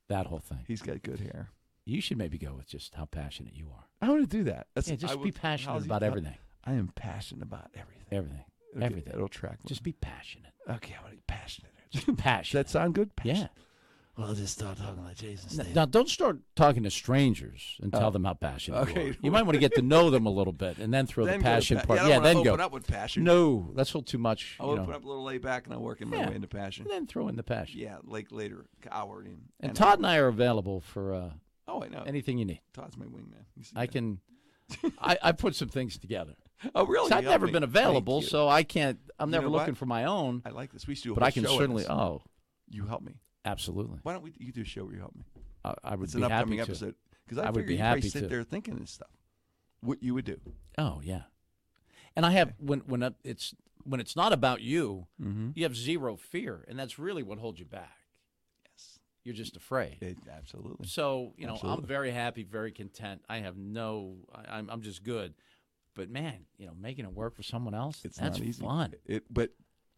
S2: that whole thing.
S1: he's got good hair.
S2: You should maybe go with just how passionate you are.
S1: I want to do that. That's,
S2: Yeah,
S1: I
S2: just be
S1: would-
S2: passionate
S1: how's he
S2: about
S1: felt?
S2: everything.
S1: I am passionate about everything.
S2: Everything.
S1: Okay,
S2: Everything.
S1: It'll track.
S2: Just be passionate.
S1: okay. I want to be passionate. Does
S2: Passionate.
S1: that sound good?
S2: yeah.
S1: Passionate.
S3: Well, I'll just start talking like Jason Statham.
S2: Now, don't start talking to strangers and tell
S1: Oh.
S2: them how passionate you
S1: Okay.
S2: are. You might want to get to know them a little bit and then throw
S1: Then
S2: the
S1: go to
S2: passion
S1: pa-
S2: part.
S1: Yeah, I don't wanna
S2: then go.
S1: open up with passion.
S2: No, that's a little too much.
S1: I'll
S2: you know.
S1: open up a little laid back and I'll work in my
S2: Yeah.
S1: way into passion.
S2: And then throw in the passion.
S1: Yeah, like later, hour in.
S2: And
S1: hour.
S2: Todd and I are available for uh,
S1: Oh, I know.
S2: anything you need.
S1: Todd's my wingman. You see
S2: I
S1: that?
S2: can. I, I put some things together.
S1: Oh, really?
S2: So I've
S1: You helped
S2: never
S1: me.
S2: been
S1: Thank
S2: available,
S1: you.
S2: so I can't. I'm
S1: You
S2: never
S1: know what?
S2: looking for my own,
S1: I like this. We should do a
S2: but
S1: whole
S2: I can
S1: show on
S2: certainly.
S1: this.
S2: Oh,
S1: You help me.
S2: absolutely.
S1: Why don't we? You do a show where you help me.
S2: I, I would
S1: it's an
S2: be happy
S1: upcoming
S2: to.
S1: episode because I,
S2: I would
S1: figure
S2: be
S1: you probably
S2: happy
S1: sit
S2: to.
S1: there thinking this stuff. What you would do?
S2: Oh yeah, and I have when when uh, it's when it's not about you,
S1: Mm-hmm.
S2: you have zero fear, and that's really what holds you back.
S1: Yes,
S2: You're just afraid.
S1: it, absolutely.
S2: So you know, I'm
S1: Absolutely.
S2: very happy, very content. I have no, I, I'm I'm just good. But man, you know, making it work for someone else,
S1: It's
S2: that's
S1: not easy.
S2: fun.
S1: It, but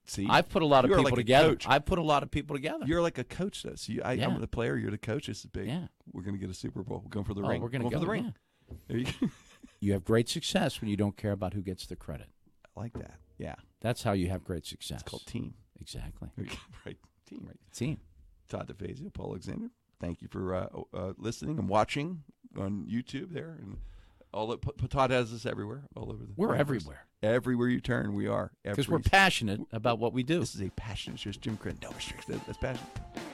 S1: see,
S2: I've put a lot of
S1: you are
S2: people
S1: like a
S2: together.
S1: coach.
S2: I've put a lot of people together.
S1: you're like a coach. Though, so you, I,
S2: Yeah.
S1: I'm the player. You're the coach. This is big.
S2: Yeah.
S1: We're gonna get a Super Bowl. We're going for the
S2: Oh,
S1: ring.
S2: we're gonna
S1: going
S2: go
S1: for the ring.
S2: yeah.
S1: There you go.
S2: You have great success when you don't care about who gets the credit.
S1: I like that. Yeah,
S2: That's how you have great success.
S1: it's called team.
S2: exactly.
S1: right, team. Right.
S2: Team.
S1: Todd DeFazio, Paul Alexander. Thank you for uh, uh, listening and watching on YouTube there, and all. Of, P- Todd has us everywhere, all over the.
S2: We're
S1: universe.
S2: everywhere
S1: Everywhere you turn, we are.
S2: because
S1: Every
S2: we're passionate about what we do.
S1: This is a passion. It's just Jim Crenn. No restrictions. That's passion.